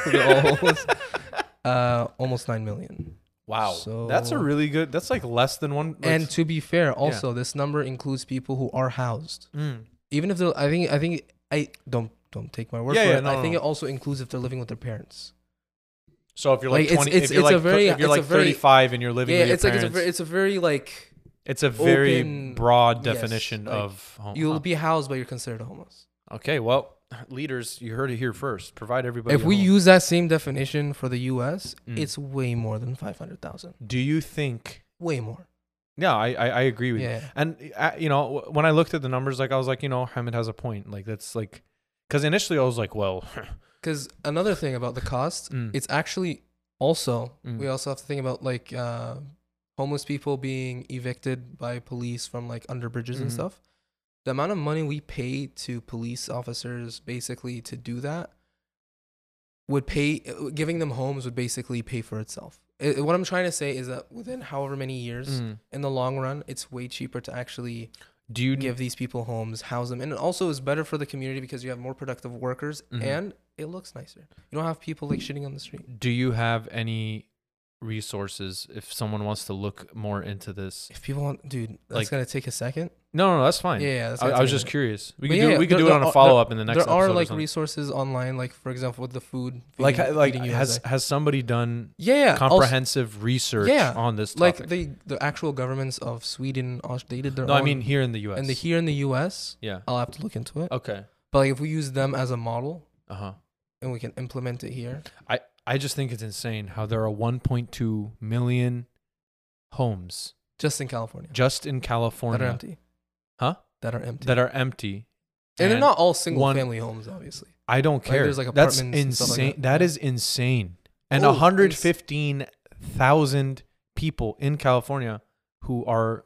A: They're almost, uh, almost nine million.
B: Wow, that's a
A: So-
B: really good. That's like less than one. like-
A: and to be fair, also this number includes people who are housed.
B: Mm,
A: Even if they're, I think, I think, I don't don't take my word
B: Yeah,
A: for
B: yeah,
A: it.
B: no,
A: I
B: no,
A: think
B: no.
A: it also includes if they're living with their parents.
B: so if you're like,
A: Like, it's-
B: twenty,
A: it's-
B: if you're
A: it's a
B: like, thir-
A: very-
B: if
A: it's
B: you're
A: a
B: like
A: very-
B: thirty-five and you're living
A: yeah,
B: with your
A: it's like
B: parents,
A: it's a very, it's a very like
B: it's a very
A: open-
B: broad
A: yes,
B: definition
A: like,
B: of home.
A: you'll be housed, but you're considered homeless.
B: okay. Well, leaders, you heard it here first. Provide everybody.
A: if
B: a
A: we
B: home.
A: use that same definition for the U.S.,
B: Mm.
A: it's way more than five hundred thousand.
B: do you think?
A: Way more.
B: Yeah, I I, I agree with you.
A: Yeah.
B: And uh, you know, w- when I looked at the numbers, like I was like, you know, Hamid has a point. Like that's like, because initially I was like, well,
A: Because another thing about the cost
B: mm,
A: it's actually also
B: Mm.
A: we also have to think about like uh, homeless people being evicted by police from like under bridges and
B: Mhm.
A: stuff the amount of money we pay to police officers basically to do that would pay giving them homes would basically pay for itself I what i'm trying to say is that within however many years
B: mm.
A: in the long run it's way cheaper to actually
B: do you
A: give these people homes house them and it also is better for the community because you have more productive workers
B: Mhm.
A: and it looks nicer you don't have people like shitting on the street
B: do you have any resources if someone wants to look more into this?
A: If people want, dude, that's
B: Like-
A: gonna take a second.
B: No, no, that's fine.
A: Yeah, yeah that's
B: I,
A: gonna
B: I was
A: take a
B: just
A: minute.
B: curious. We
A: But
B: could
A: yeah,
B: do
A: yeah,
B: we could
A: there-
B: do it
A: there
B: on a
A: are-
B: follow up in the next.
A: There are
B: episode or
A: like
B: something.
A: resources online, like for example with the food.
B: like
A: feeding-
B: like
A: feeding
B: has
A: USA.
B: has somebody done
A: yeah, yeah also-
B: comprehensive research
A: Yeah,
B: on this
A: like
B: topic?
A: the the actual governments of Sweden, Aus- they did their
B: no,
A: own.
B: I mean Oh. here in the U.S.
A: and the here in the U.S.,
B: yeah.
A: I'll have to look into it.
B: Okay.
A: But like if we use them as a model
B: Uh huh.
A: and we can implement it here,
B: I I just think it's insane how there are 1.2 million homes
A: just in California,
B: just in
A: that are
B: California
A: empty,
B: Huh?
A: That are empty,
B: that are empty.
A: and they're
B: and
A: not all single
B: one-
A: family homes, obviously.
B: I don't
A: Like,
B: care.
A: there's, like,
B: That's
A: apartments and stuff like
B: insane.
A: that.
B: that is insane. And
A: Oh, it's-
B: 115,000 people in California who are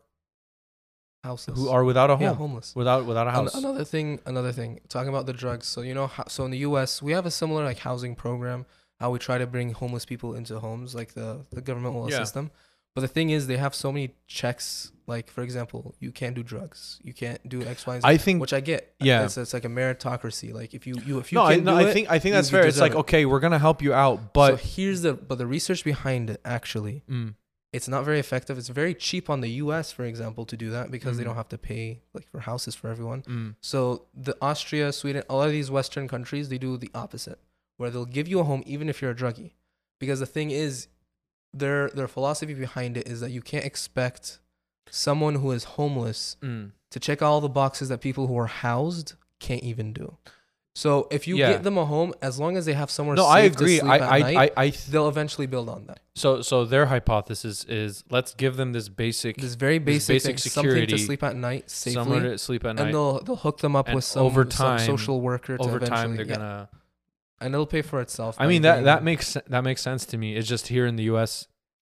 A: houseless.
B: who are without a home,
A: yeah, homeless.
B: without without a
A: An-
B: house.
A: another thing, another thing. Talking about the drugs. So you know, ho- so in the U.S., we have a similar like housing program. How we try to bring homeless people into homes, like the the government will
C: Yeah.
A: assist them. But the thing is, they have so many checks. Like for example, you can't do drugs, you can't do X, Y, and Z,
B: I think
A: which I get.
B: yeah.
A: it's, it's like a meritocracy. Like if you you if you
B: no, I,
A: can
B: no
A: do
B: I
A: it,
B: think I think
A: you-
B: that's
A: you
B: fair. It's
A: deserve
B: like
A: it.
B: okay, we're gonna help you out, but
A: so here's the but the research behind it actually
B: Mm,
A: it's not very effective. It's very cheap on the U.S. for example to do that because they
B: Mhm.
A: don't have to pay like for houses for everyone.
B: mm.
A: So the Austria, Sweden, a lot of these Western countries, they do the opposite, where they'll give you a home even if you're a druggie, because the thing is, their their philosophy behind it is that you can't expect someone who is homeless
B: Mm.
A: to check all the boxes that people who are housed can't even do. So if you
B: Yeah.
A: get them a home, as long as they have somewhere
B: no,
A: safe
B: I agree.
A: to sleep
B: I
A: at
B: I,
A: night,
B: I I th-
A: they'll eventually build on that.
B: so so their hypothesis is let's give them this basic
A: This very
B: This
A: basic,
B: basic
A: thing, something to
B: security,
A: sleep at night safely.
B: somewhere to sleep at
A: and
B: night.
A: they'll they'll hook them up
B: And
A: with some,
B: over
A: some
B: time-
A: social worker to
B: Over time,
A: eventually-
B: they're
A: yeah.
B: gonna.
A: and it'll pay for itself.
B: I
A: by
B: mean that
A: doing-
B: that makes se- that makes sense to me. It's just here in the U.S.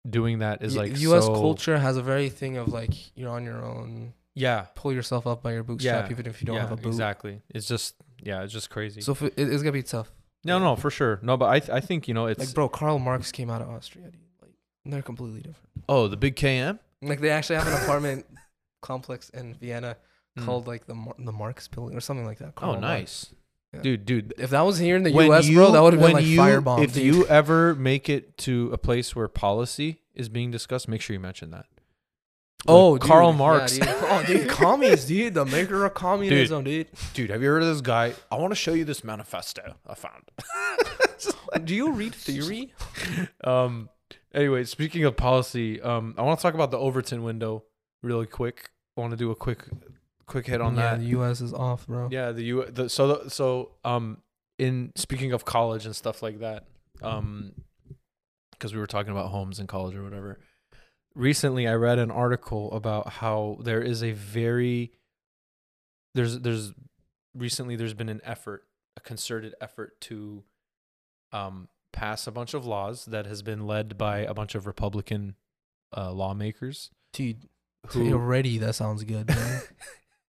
B: doing that is
A: Y-
B: like
A: U.S.
B: so-
A: culture has a very thing of like you're on your own,
B: Yeah,
A: pull yourself up by your bootstrap,
B: Yeah,
A: even if you don't
B: yeah,
A: have a boot.
B: exactly. It's just yeah, it's just crazy.
A: So if it, it- it's gonna be tough.
B: no, no, for sure. No, but I th- I think you know it's
A: Like, bro, Karl Marx came out of Austria. Dude. Like, they're completely different.
B: oh the big KM
A: Like, they actually have an apartment complex in Vienna called like the Mar- the Marx Building or something like that. Karl
B: Mm. Hmm. oh
A: Marx.
B: nice,
A: Yeah.
B: dude, dude.
A: If that was here in the
B: When
A: U.S., bro,
B: you-
A: that would have been like
B: when you-
A: firebomb.
B: If
A: dude.
B: you ever make it to a place where policy is being discussed, make sure you mention that.
A: oh,
B: Like, Karl
A: dude, yeah,
B: Marx,
A: dude. Oh, dude, commies, dude, the maker of communism, dude.
C: Dude, have you heard of this guy? I want to show you this manifesto I found.
A: Do you read theory?
B: Um. Anyway, speaking of policy, um, I want to talk about the Overton window really quick. I want to do a quick, quick hit on
A: yeah,
B: that.
A: the U.S. is off, bro.
B: yeah. The U. The, so the, so um, in speaking of college and stuff like that, um, because we were talking about homes in college or whatever. Recently, I read an article about how there is a very there's there's recently there's been an effort, a concerted effort to um, pass a bunch of laws that has been led by a bunch of Republican uh, lawmakers
A: Dude,
B: who
A: already that sounds good. man.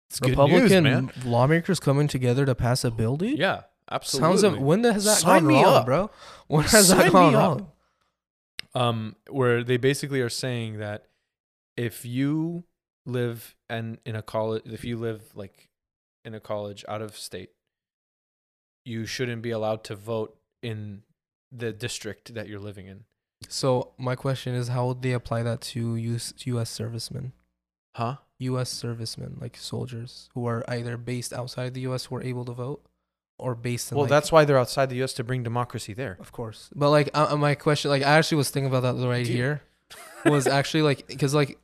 B: it's good news,
A: Republican
B: man.
A: lawmakers coming together to pass a bill, dude.
B: Yeah,
A: Sounds
B: absolutely.
A: of, when the- has that
C: Sign
A: gone
C: me
A: wrong,
C: up.
A: bro? When has
C: Sign
A: that
C: me
A: gone
C: up.
A: wrong?
B: um, where they basically are saying that if you live and in a college, if you live like in a college out of state, you shouldn't be allowed to vote in the district that you're living in.
A: So my question is, how would they apply that to U.S. US servicemen,
B: Huh?
A: U.S. servicemen like soldiers who are either based outside the U.S. who are able to vote, or based in
B: Well,
A: like,
B: that's why they're outside the U.S. to bring democracy there.
A: Of course. But like uh, uh, my question, like I actually was thinking about that right
C: Dude.
A: here, was actually like because like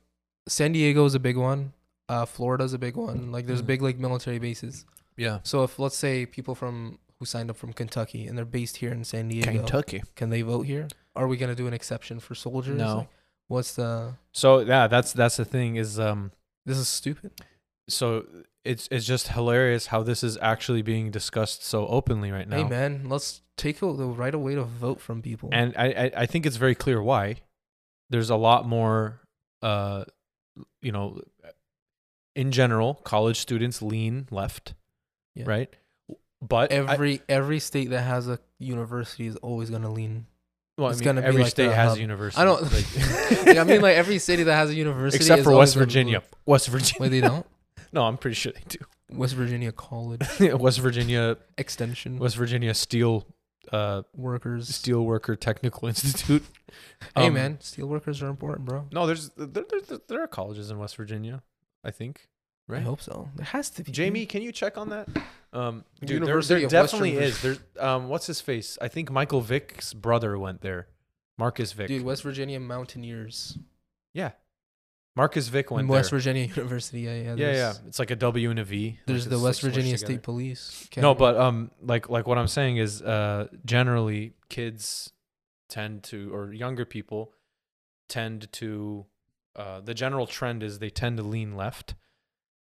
A: San Diego is a big one, uh, Florida's a big one. Like there's
B: Mhm.
A: big like military bases.
B: Yeah.
A: So if let's say people from who signed up from Kentucky and they're based here in San Diego,
B: Kentucky.
A: can they vote here? Are we gonna do an exception for soldiers?
B: No.
A: Like, what's the?
B: So yeah, that's that's the thing is um
A: This is stupid.
B: so it's it's just hilarious how this is actually being discussed so openly right now.
A: Hey man, let's take out the right away to vote from people.
B: And I, I I think it's very clear why. There's a lot more uh you know in general, college students lean left.
A: Yeah.
B: Right? But I-
A: every every state that has a university is always gonna lean
B: well, I
A: it's
B: mean,
A: gonna be
B: every
A: like
B: state
A: the
B: has
A: hub.
B: a university.
A: I don't.
B: like-
A: Yeah, I mean, like every city that has a university,
B: except
A: is
B: for
A: always
B: West
A: gonna be
B: Virginia. West Virginia.
A: blue. Wait, they don't.
B: No, I'm pretty sure they
A: West Virginia College
B: do. West Virginia
A: Extension
B: West Virginia steel uh
A: Workers.
B: Steelworker Technical Institute.
A: hey
B: Um,
A: man, steel workers are important, bro.
B: No, there's there, there, there are colleges in West Virginia, I think.
A: I
B: Right.
A: hope so. There has to be.
B: Jamie, can you check on that? Um, dude, there-
A: University
B: there,
A: of Western
B: definitely
A: Vir-
B: is. There's um, what's his face? I think Michael Vick's brother went there. Marcus Vick.
A: dude, West Virginia Mountaineers,
B: yeah. Marcus Vick went
A: West
B: there.
A: Virginia University. Yeah, yeah.
B: yeah, yeah.
A: there's-
B: It's like a W and a V.
A: There's
B: like
A: the
B: it's,
A: West
B: like, smushed
A: Virginia
B: together.
A: State Police.
B: No, but um, like like what I'm saying is, uh, generally kids tend to, or younger people tend to, uh, the general trend is they tend to lean left,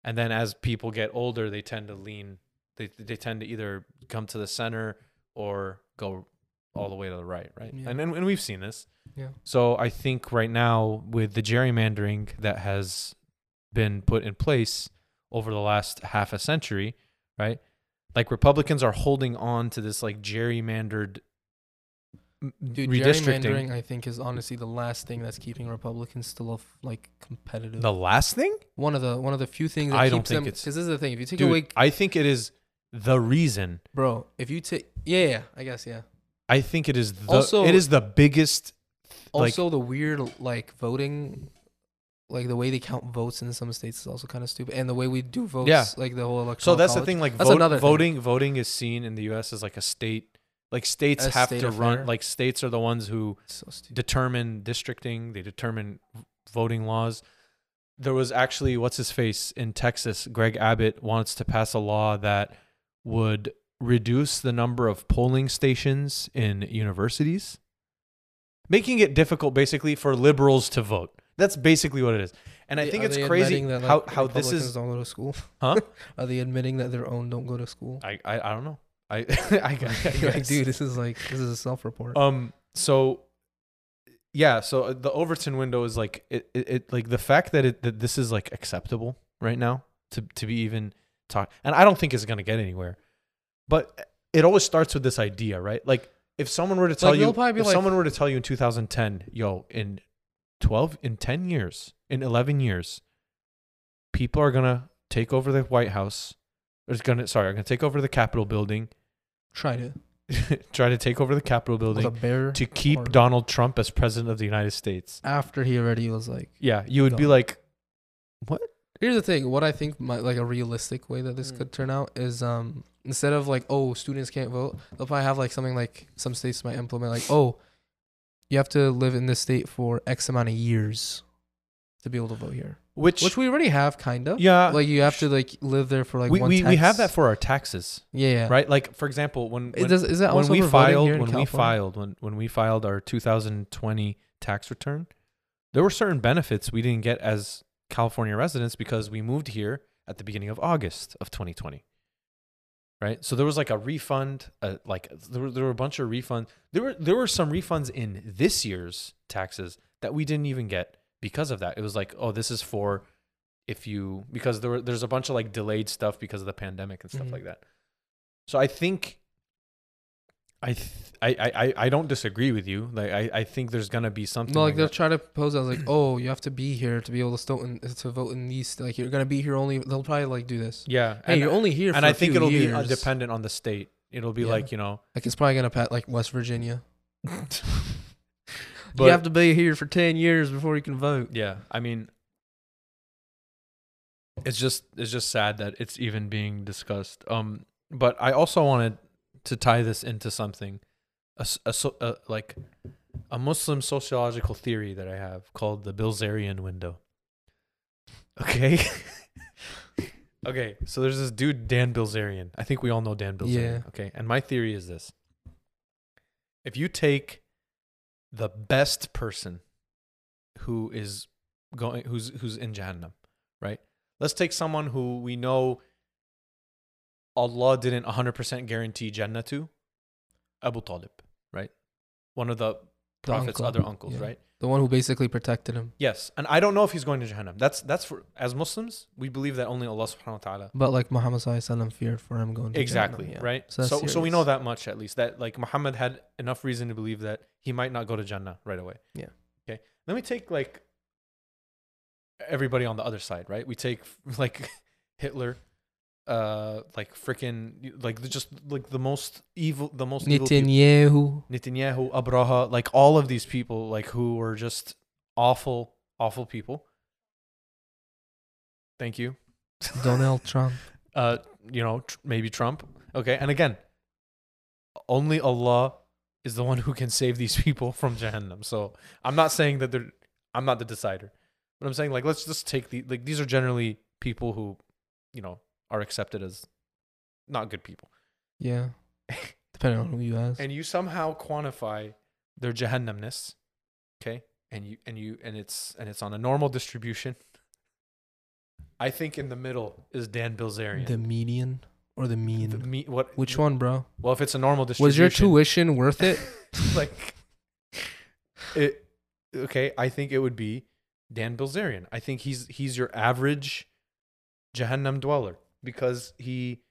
B: and then as people get older, they tend to lean, they they tend to either come to the center or go all the way to the right, right?
A: Yeah.
B: And, and and we've seen this.
A: Yeah.
B: So I think right now with the gerrymandering that has been put in place over the last half a century, right? Like Republicans are holding on to this like gerrymandered m-
A: Dude,
B: Mm, redistricting.
A: gerrymandering, I think, is honestly the last thing that's keeping Republicans still of like competitive.
B: The last thing,
A: One of the one of the few things that
B: I
A: keeps
B: don't think
A: them.
B: it's-
A: Because this is the thing. If you take
B: dude,
A: away,
B: I think it is the reason.
A: bro, if you take, yeah, yeah, I guess, yeah.
B: I think it is the
A: Also-
B: it is the biggest Like-
A: Also, the weird like voting, like the way they count votes in some states is also kind of stupid, and the way we do votes,
B: Yeah.
A: like the whole election.
B: So that's the thing. Like
A: That's
B: vote,
A: another thing.
B: voting, voting is seen in the U.S. as like a state. Like states
A: A
B: have
A: state
B: to run.
A: affair.
B: Like states are the ones who
A: So stupid.
B: determine districting. They determine voting laws. There was actually what's his face in Texas. Greg Abbott wants to pass a law that would reduce the number of polling stations in universities, making it difficult basically for liberals to vote. That's basically what it is. And I
A: Yeah,
B: think
A: are
B: it's
A: they
B: crazy
A: admitting that, like,
B: how, how this
A: Republicans
B: is
A: don't go to school.
B: Huh?
A: Are they admitting that their own don't go to school?
B: I, I, I don't know. I, I, gu- I
A: like,
B: guess.
A: dude, this is like this is a self-report.
B: Um. So, yeah. So uh, the Overton window is like it, it, it like the fact that it that this is like acceptable right now to to be even talk, and I don't think it's gonna get anywhere. But uh, it always starts with this idea, right? Like if someone were to tell you,
A: they'll probably be
B: if
A: like-
B: someone were to tell you in 2010, yo, in 12, in 10 years, in 11 years, people are gonna take over the White House. It's gonna sorry, are gonna take over the Capitol building.
A: Try to
B: try to take over the Capitol
A: with
B: building
A: a bear
B: to keep
A: or-
B: Donald Trump as president of the United States.
A: after he already was like.
B: Yeah, you would be
A: No.
B: like,
A: Here's the thing. What I think, my, like a realistic way that this
B: Hmm.
C: Mm.
A: could turn out is, um, instead of like, oh, students can't vote, they'll probably have like something like some states might implement like, oh, you have to live in this state for X amount of years to be able to vote here,
B: which,
A: which we already have kind of.
B: yeah,
A: Like you have to like live there for like
B: we,
A: one.
B: we, we have that
A: tax-
B: for our taxes,
A: yeah, yeah.
B: right? Like for example, when
A: It
B: when,
A: does, is that
B: when
A: also
B: we
A: for voting
B: filed
A: here in
B: when we
A: California?
B: filed when when we filed our 2020 tax return, there were certain benefits we didn't get as California residents because we moved here at the beginning of August of 2020. Right? So there was like a refund, uh, like there were, there were a bunch of refunds. There were there were some refunds in this year's taxes that we didn't even get because of that. It was like, oh, this is for if you because there were, there's a bunch of like delayed stuff because of the pandemic and stuff
A: Mhm.
B: like that. So I think I, th- I I I I don't disagree with you. Like I, I think there's gonna be something
A: No, like
B: like,
A: they're
B: that.
A: trying to pose as like, oh, you have to be here to be able to vote in, to vote in these. Like you're gonna be here only. They'll probably like do this.
B: Yeah,
A: Hey,
B: and,
A: you're only here.
B: and
A: for
B: I
A: a
B: think
A: few
B: it'll be uh,
A: years.
B: dependent on the state. It'll be
A: Yeah.
B: like you know,
A: Like it's probably gonna pat like West Virginia.
B: but
A: you have to be here for ten years before you can vote.
B: yeah, I mean, it's just it's just sad that it's even being discussed. Um, but I also wanted to tie this into something, a, s- a so- a- like a Muslim sociological theory that I have called the Bilzerian window. Okay. okay. So there's this dude Dan Bilzerian. I think we all know Dan Bilzerian.
A: Yeah.
B: Okay. And my theory is this: if you take the best person who is going who's who's in Jahannam, right? Let's take someone who we know Allah didn't 100% guarantee Jannah to, Abu Talib, right? One of the
A: The
B: Prophet's
A: uncle,
B: other uncles,
A: yeah.
B: right?
A: The one who basically protected him.
B: Yes. And I don't know if he's going to Jahannam. That's that's for as Muslims, we believe that only Allah subhanahu wa ta'ala
A: But like Muhammad Sallallahu Alaihi Wasallam feared for him going to
B: Exactly.
A: Jahannam, yeah.
B: Right.
A: So
B: So
A: that's
B: so, we
A: serious.
B: know that much at least. That like Muhammad had enough reason to believe that he might not go to Jannah right away.
A: Yeah.
B: Okay. Then we take like everybody on the other side, right? We take like Hitler, uh like freaking like the, just like the most evil the most evil people.
A: Netanyahu.
B: Netanyahu, Abraha, like all of these people, like who were just awful, awful people. Thank you.
A: Donald Trump.
B: Uh, you know, tr- maybe Trump. Okay, and again, only Allah is the one who can save these people from Jahannam. So I'm not saying that they're. I'm not the decider, but I'm saying like let's just take the like these are generally people who, you know, are accepted as not good people.
A: Yeah. Depending on who you ask.
B: and you somehow quantify their jahannamness okay and you and you and it's and it's on a normal distribution i think in the middle is dan bilzerian
A: The median or the mean?
B: The me- what
A: Which one, bro?
B: well if it's a normal
A: Was your
B: distribution
A: tuition worth it?
B: like it okay i think it would be Dan Bilzerian. I think he's he's your average Jahannam dweller because he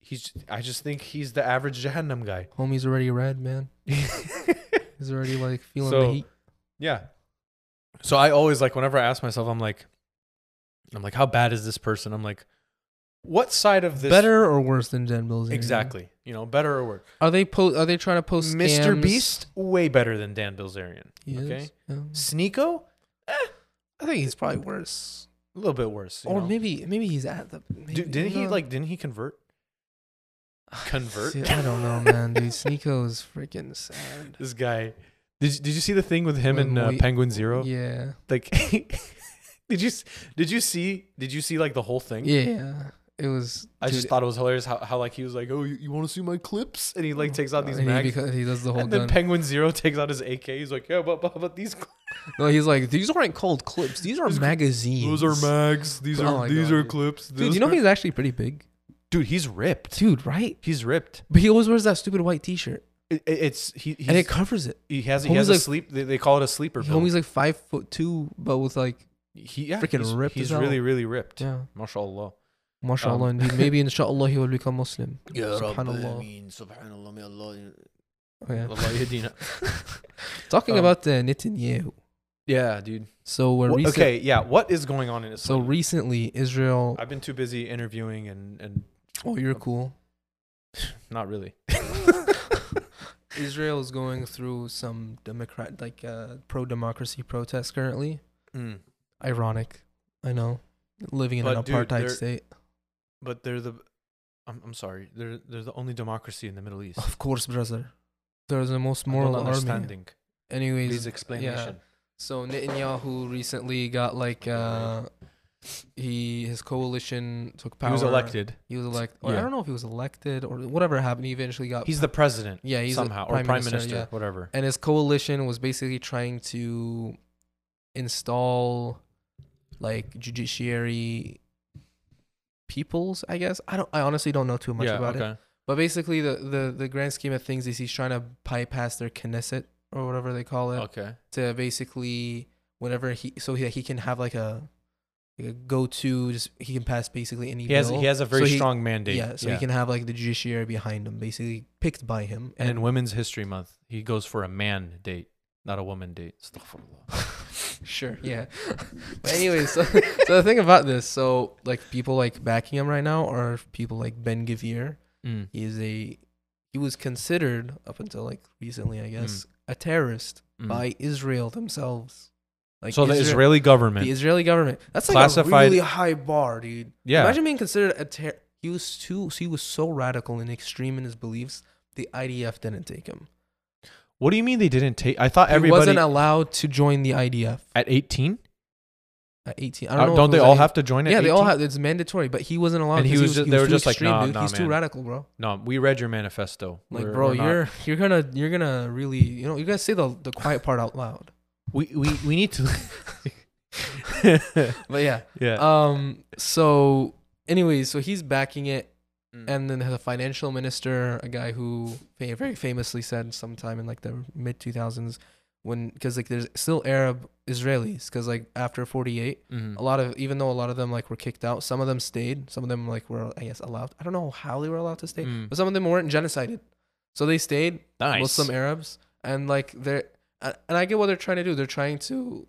B: he's I just think he's the average Jahannam guy.
A: Homie's already red, man. He's already like feeling
B: So-
A: the heat.
B: yeah. So I always like whenever I ask myself, I'm like, I'm like, how bad is this person? I'm like, what side of this
A: Better or worse than Dan Bilzerian?
B: exactly? You know, better or worse.
A: Are they po- Are they trying to post
B: Mr.
A: scams?
B: Beast, way better than Dan Bilzerian.
A: He is?
B: Okay.
A: Yeah.
B: Sneeko,
A: I think he's probably worse.
B: a little bit worse. you
A: Or
B: know?
A: maybe maybe he's at the. Maybe,
B: Dude, didn't he
A: no.
B: like? Didn't he convert? Convert?
A: See, I don't know, man. Dude, Sneeko is freaking sad.
B: This guy. Did you, Did you see the thing with him
A: When
B: and uh,
A: we-
B: Penguin Zero?
A: Yeah,
B: Like, did you s- Did you see Did you see like the whole thing?
A: yeah. It was.
B: I
A: dude,
B: just thought it was hilarious how, how like he was like, oh, you, you want to see my clips? And he like takes out these
A: and Oh, Uh, he,
B: mags.
A: beca- he does the whole
B: and then
A: gun.
B: Penguin Zero takes out his AK. He's like, yeah, but but, but these cl-
A: no, he's like, these aren't called clips. These are
B: Those-
A: magazines.
B: those are mags. These
A: Oh
B: are
A: my
B: these
A: God,
B: are
A: dude.
B: clips.
A: Dude,
B: those
A: you know
B: are-"
A: he's actually pretty big.
B: dude, he's ripped.
A: Dude, right?
B: He's ripped.
A: But he always wears that stupid white T-shirt,
B: It, it- it's he he's,
A: and it covers it.
B: he has he
A: homie's
B: has a
A: like-
B: sleep. They, they call it a sleeper. pill.
A: Homie's like five foot two, but with like
B: he yeah,
A: freaking
B: he's,
A: ripped
B: He's
A: as hell.
B: really really ripped.
A: yeah,
B: Mashallah.
A: mashallah.
B: Um,
A: and he- maybe inshallah he will become Muslim.
C: Ya
A: Subhanallah.
C: Rabbi, mean, Subhanallah, may Allah.
A: Oh, yeah.
B: Allah yadina.
A: Talking
B: Um,
A: about uh, Netanyahu.
B: yeah, dude.
A: So we're
B: Wha-
A: recent-
B: okay, yeah. What is going on in
A: So
B: Islam?
A: recently, Israel.
B: I've been too busy interviewing and and
A: Oh, you're cool.
B: not really.
A: Israel is going through some democrat, like uh, pro-democracy protests currently.
B: Mm.
A: Ironic, I know. Living in an
B: But, dude,
A: apartheid
B: they're-
A: state.
B: But they're the I'm, I'm sorry. They're they're the only democracy in the Middle East.
A: Of course, brother. There's the most
B: Moral
A: moral army.
B: understanding.
A: Anyways,
B: Please explanation.
A: So Netanyahu recently got like uh, he his coalition took power.
B: He was elected.
A: He was elected. I
B: Yeah.
A: don't know if he was elected or whatever happened. He eventually got.
B: He's the president
A: yeah, he's a
B: somehow or prime minister, whatever.
A: and his coalition was basically trying to install like judiciary peoples i guess i don't i honestly don't know too much
B: yeah,
A: about it
B: okay.
A: but basically the, the the grand scheme of things is he's trying to bypass their knesset or whatever they call it
B: Okay.
A: to basically whenever he so he, he can have like a, like a go-to just he can pass basically any
B: He has
A: bill.
B: he has a very
A: So he-
B: strong mandate.
A: yeah so he can have like the judiciary behind him basically picked by him
B: and in Women's History Month, he goes for a man date, not a woman date. Astaghfirullah.
A: Sure. Yeah. but anyways, so, so the thing about this, so like people like backing him right now are people like Ben Gavir.
B: Mm.
A: He is a he was considered up until like recently, I guess,
B: Hmm.
A: a terrorist
B: Mm.
A: by Israel themselves. Like
B: so the
A: Isra-
B: Israeli government.
A: the Israeli government. That's like
B: Classified-
A: a really high bar, dude.
B: yeah.
A: Imagine being considered a terror. He was too. He was so radical and extreme in his beliefs. The IDF didn't take him.
B: what do you mean they didn't take? I thought
A: he
B: everybody
A: wasn't allowed to join the IDF
B: at 18.
A: at 18. I don't know.
B: Uh, Don't,
A: if it
B: they
A: was
B: all
A: any-
B: have to join? At
A: Yeah, they all
B: 18?
A: have. It's mandatory, but he wasn't allowed.
B: And he
A: 'cause
B: was ju- they
A: was
B: were
A: too
B: just like,
A: extreme,
B: nah,
A: dude.
B: nah,
A: He's too
B: man.
A: radical, bro.
B: No, we read your manifesto.
A: Like,
B: We're-
A: bro,
B: we're not-
A: you're you're gonna you're gonna really you know you gotta say the the quiet part out loud.
B: we we we need to.
A: But yeah,
B: yeah.
A: um. So, anyways, so he's backing it,
B: Mm.
A: and then the financial minister, a guy who fa- very famously said sometime in like the mid two thousands, when because like there's still Arab Israelis, because like after forty eight,
B: Mhm.
A: a lot of even though a lot of them like were kicked out some of them stayed some of them like were i guess allowed i don't know how they were allowed to stay
B: Mm.
A: but some of them weren't genocided so they stayed
B: Nice.
A: muslim arabs and like they're a- and i get what they're trying to do they're trying to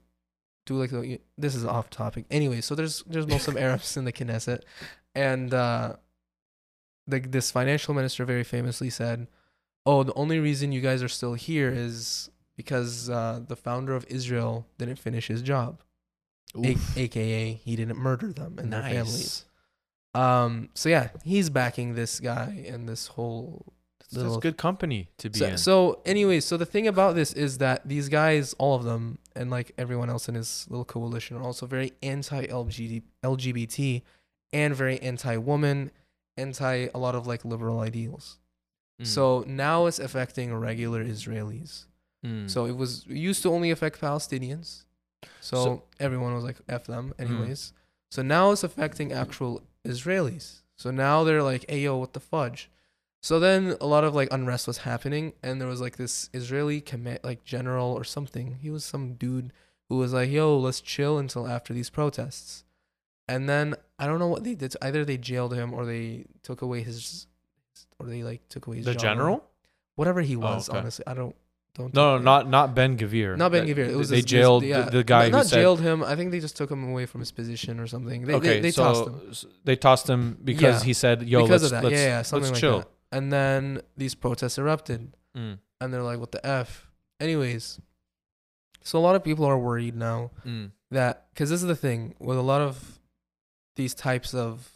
A: do like the- this is off topic anyway so there's there's muslim arabs in the knesset and uh like this financial minister very famously said oh the only reason you guys are still here is because uh, the founder of israel didn't finish his job a- aka he didn't murder them and their families. Um, so yeah, he's backing this guy and this whole
B: That's
A: little.
B: good company to be
A: So,
B: in.
A: so, anyways, so the thing about this is that these guys, all of them, and like everyone else in his little coalition, are also very anti-LGBT, LGBT, and very anti-woman, anti a lot of like liberal ideals.
B: Mm.
A: So now it's affecting regular Israelis.
B: Mm.
A: So it was it used to only affect Palestinians. So,
B: So- Hmm.
A: everyone was like F them anyways. So now it's affecting actual Israelis. So now they're like, hey yo, what the fudge? So then a lot of like unrest was happening and there was like this Israeli command like general or something. He was some dude who was like, "Yo, let's chill until after these protests." And then I don't know what they did. Either they jailed him or they took away his, or they like took away his
B: the
A: job.
B: general?
A: whatever he
B: Oh,
A: was.
B: okay.
A: honestly, I don't don't. take
B: No, no,
A: it.
B: not not Ben Gavir.
A: Not Ben
B: That-
A: Gavir. It was
B: they
A: his- his-
B: jailed
A: yeah.
B: the, the guy
A: Not,
B: who
A: not
B: said.
A: jailed him. I think they just took him away from his position or something. They,
B: okay,
A: they, they
B: so
A: tossed him
B: s- they tossed him because
A: Yeah.
B: he said, "Yo,
A: because
B: let's
A: of that.
B: let's,
A: yeah, yeah, something
B: let's
A: like
B: chill."
A: that. And then these protests erupted,
B: Mm,
A: and they're like, "What the f?" Anyways, so a lot of people are worried now
B: mm,
A: that because this is the thing with a lot of these types of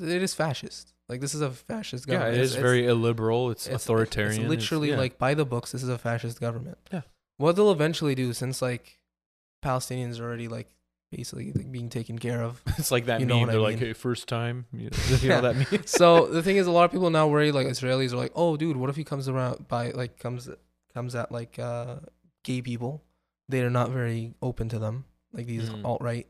A: it is fascist. Like this is a fascist
B: Yeah,
A: government.
B: it is
A: It's- it's-
B: very illiberal. It's,
A: it's-
B: authoritarian.
A: It's
B: it's-
A: literally
B: yeah.
A: like by the books. This is a fascist government.
B: Yeah.
A: What they'll eventually do, since like Palestinians are already like basically like, being taken care of.
B: it's like that
A: you know
B: meme.
A: what I
B: They're like,
A: mean.
B: "Hey, first time." You know, you know
A: Yeah.
B: that meme.
A: so the thing is, a lot of people now worry like Israelis are like, oh, dude, what if he comes around by like comes comes at like uh gay people? They are not very open to them, like these
B: Mm.
A: alt right.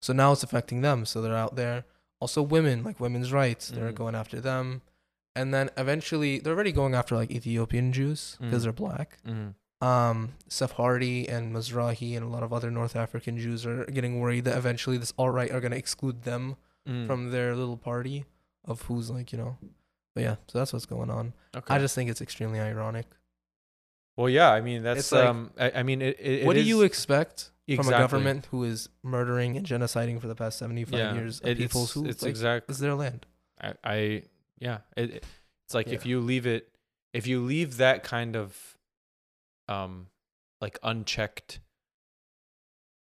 A: So now it's affecting them. So they're out there. Also, women like women's rights, they're
B: Mm.
A: going after them. And then eventually, they're already going after like Ethiopian Jews because
B: Mm.
A: they're black.
B: Mm.
A: um, Sephardi and Mizrahi and a lot of other North African Jews are getting worried that eventually this alt right are going to exclude them
B: Mm.
A: from their little party of who's like, you know. But yeah, so that's what's going on.
B: okay.
A: I just think it's extremely ironic.
B: well, yeah. I mean, that's
A: It's like-
B: um. I, I mean, it. it
A: what
B: it
A: do you
B: is-
A: expect
B: exactly.
A: from a government who is murdering and genociding for the past 75
B: Yeah,
A: years of
B: it-
A: people
B: it's,
A: who
B: it's
A: like,
B: exact.
A: it's their land?
B: I, I yeah. It, it- it's like if
A: Yeah.
B: you leave it, if you leave that kind of, um, like unchecked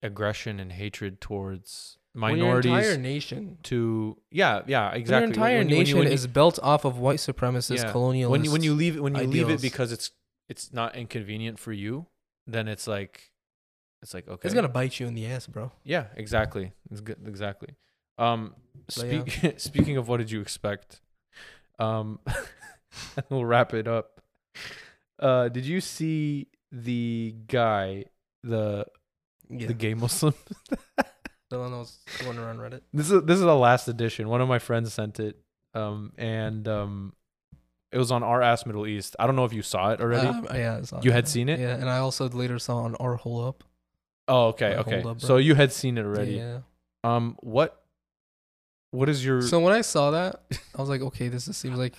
B: aggression and hatred towards minorities
A: When your entire nation,
B: to yeah yeah
A: when
B: exactly.
A: your entire
B: When you- when you-
A: nation
B: when you-
A: is built off of white supremacist
B: Yeah.
A: colonialists.
B: when you when you leave it when you leave it
A: ideals.
B: because it's it's not inconvenient for you, then it's like, it's like okay.
A: it's gonna bite you in the ass, bro.
B: Yeah, exactly. It's good. Exactly. Um,
A: But yeah.
B: speak, speaking of what did you expect? Um, we'll wrap it up. Uh, did you see the guy, the
A: Yeah,
B: the gay Muslim?
A: the one that was going around Reddit.
B: This is this is the last edition. One of my friends sent it, um, and um, it was on our ass Middle East. I don't know if you saw it already.
A: Um, yeah, I saw
B: You had seen it?
A: Yeah, and I also later saw on our hole up.
B: oh, okay,
A: uh,
B: okay.
A: hold up,
B: so
A: bro.
B: you had seen it already.
A: Yeah.
B: Um, what what is your
A: So when I saw that, I was like, okay, this just seems like.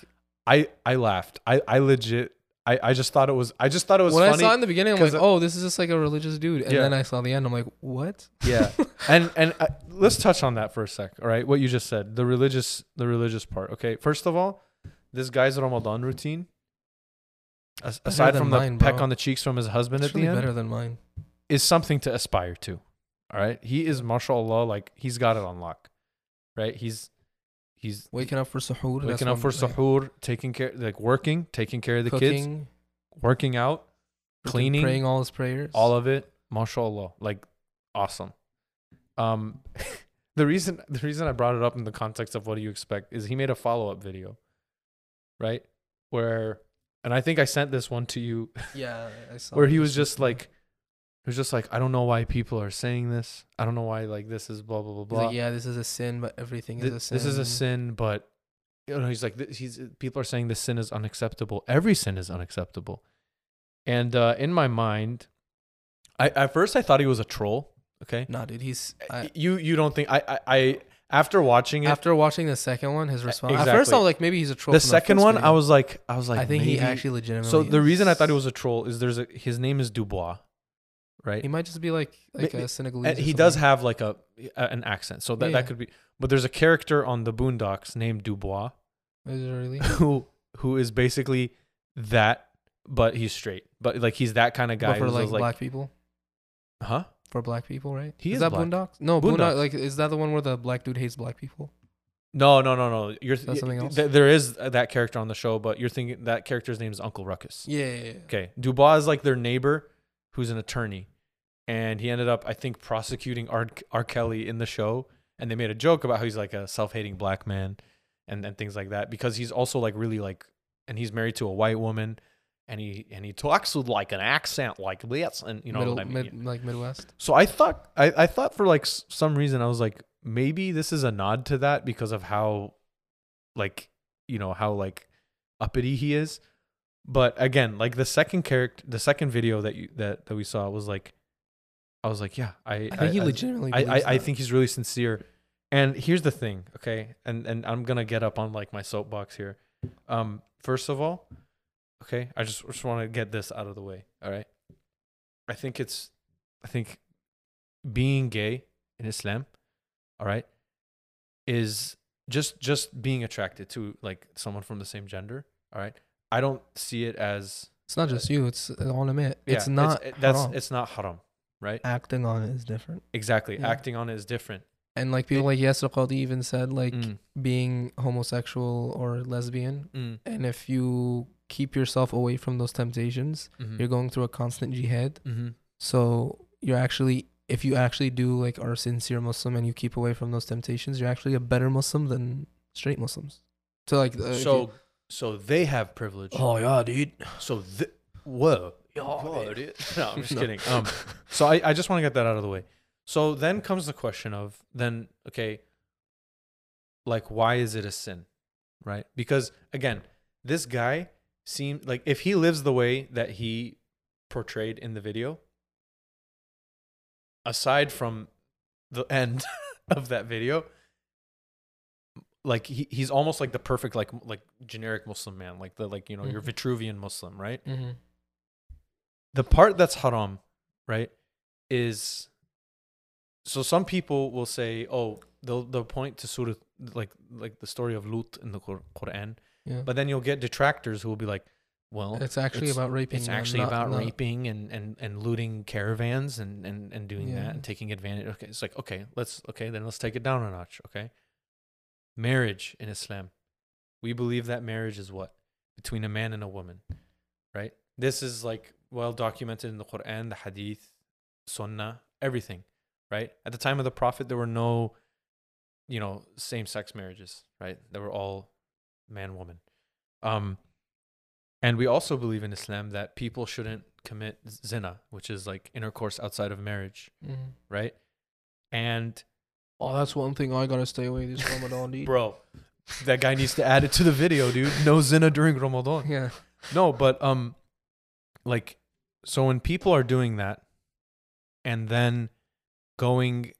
B: I I laughed. I I legit. I I just thought it was. I just thought it was
A: When I
B: funny.
A: saw it in the beginning, I'm
B: 'cause uh,
A: like, oh, this is just like a religious dude, and
B: Yeah.
A: then I saw the end, I'm like, what?
B: yeah. And and uh, let's touch on that for a sec. All right. What you just said. The religious. The religious part. Okay. First of all, this guy's Ramadan routine. as-
A: Better
B: aside
A: than
B: from the
A: mine,
B: peck
A: bro.
B: on the cheeks from his husband
A: It's
B: at the
A: really
B: end,
A: better than mine.
B: is something to aspire to. All right. He is mashallah. Like he's got it on lock. Right. He's he's
A: Waking up for suhoor. that's
B: waking up
A: one-
B: for
A: like,
B: suhoor, taking care like working, taking care of the kids,
A: cooking,
B: working out,
A: freaking
B: cleaning,
A: praying all his prayers.
B: all of it mashallah like awesome um the reason the reason i brought it up in the context of what do you expect is he made a follow-up video right where and i think i sent this one to you
A: yeah, I saw.
B: where he
A: Oh, it.
B: was just like he was just like i don't know why people are saying this i don't know why like this is blah blah blah
A: He's
B: blah
A: like, yeah, this is a sin, but everything
B: Th-
A: is a sin.
B: this is a sin but you know he's like th- he's people are saying this sin is unacceptable every sin is unacceptable and uh in my mind i at first i thought he was a troll okay
A: Nah, dude, he's. I,
B: you you don't think i i, I after watching it E,
A: after watching the second one, his response. At first, I
B: exactly.
A: was like, maybe he's a troll.
B: the
A: from
B: second
A: first
B: one i
A: video.
B: was like i was like
A: I think he
B: maybe-
A: actually legitimately.
B: so the reason i thought he
A: is.
B: was a troll is there's a his name is dubois right
A: He might just be like like
B: Maybe-
A: a Senegalese.
B: and
A: or
B: he does
A: something.
B: have like a a- an accent so that,
A: Yeah.
B: that could be but there's a character on the boondocks named dubois
A: Is it really?
B: who who is basically that, but he's straight. But like he's that kind of guy
A: but for
B: who's
A: like,
B: like,
A: black people,
B: huh?
A: for black people, right?
B: He is
A: that
B: black.
A: Boondocks? No, Boondocks.
B: Boondocks.
A: Like, is that the one where the black dude hates black people?
B: No, no, no, no. You're
A: That's something else?
B: th- there is that character on the show, but you're thinking that character's name is Uncle Ruckus.
A: Yeah, yeah, yeah.
B: Okay, Dubois is like their neighbor, who's an attorney, and he ended up, I think, prosecuting R. R. Kelly in the show, and they made a joke about how he's like a self-hating black man, and and things like that because he's also like really like, and he's married to a white woman, and he and he talks with like an accent like this, and you know
A: Middle,
B: what I mean.
A: mid, like Midwest.
B: So I thought I, I thought for like s- some reason I was like maybe this is a nod to that because of how like you know how like uppity he is. But again, like the second character the second video that you that that we saw was like I was like, yeah, I
A: I think he legitimately.
B: I, I,
A: believes
B: I
A: that.
B: think he's really sincere. And here's the thing, okay? And and I'm gonna get up on like my soapbox here. Um, first of all, okay, I just just want to get this out of the way. All right. I think it's I think being gay in Islam, all right, is just just being attracted to like someone from the same gender. All right. I don't see it as
A: it's not just you. It's on him. It.
B: yeah,
A: it's not.
B: it- that's
A: haram.
B: it's not haram, right?
A: acting on it is different.
B: Exactly.
A: Yeah.
B: Acting on it is different.
A: And like people like Yasser Qadi even said like
B: Mm,
A: being homosexual or lesbian,
B: mm,
A: and if you keep yourself away from those temptations,
B: mhm.
A: you're going through a constant jihad.
B: Mm-hmm.
A: So you're actually, if you actually do like are a sincere Muslim and you keep away from those temptations, you're actually a better Muslim than straight Muslims. So like, uh, if you-
B: So, so they have privilege.
A: oh yeah, dude.
B: So, th- whoa,
C: Whoa,
B: Whoa,
C: dude.
B: no, I'm just kidding. Um, so I, I just want to get that out of the way. So then comes the question of then okay, like why is it a sin, right? Because again, this guy seemed like if he lives the way that he portrayed in the video, aside from the end of that video, like he, he's almost like the perfect like like generic Muslim man, like the like you know your
A: Mhm.
B: Vitruvian Muslim, right?
A: Mm-hmm.
B: the part that's haram, right, is so some people will say, oh, they'll they'll point to surah like like the story of Lut in the Qur- Quran,
A: Yeah, but
B: but then you'll get detractors who will be like, well,
A: it's actually
B: it's-
A: about raping.
B: it's
A: them,
B: actually
A: not-
B: about
A: not-
B: raping and, and and looting caravans and and and doing
A: Yeah.
B: that and taking advantage. Okay, it's like okay, let's okay then let's take it down a notch. Okay, marriage in Islam, we believe that marriage is what between a man and a woman, right? This is like well documented in the Quran, the Hadith, Sunnah, everything, right? At the time of the Prophet, there were no, you know, same sex marriages, right? They were all man woman. Um, and we also believe in Islam that people shouldn't commit z- zina, which is like intercourse outside of marriage,
A: Mhm.
B: right? And
A: Oh, that's one thing I gotta stay away this Ramadan, dude.
B: bro, that guy needs to add it to the video, dude. No zina during Ramadan.
A: Yeah.
B: No, but um like so when people are doing that and then going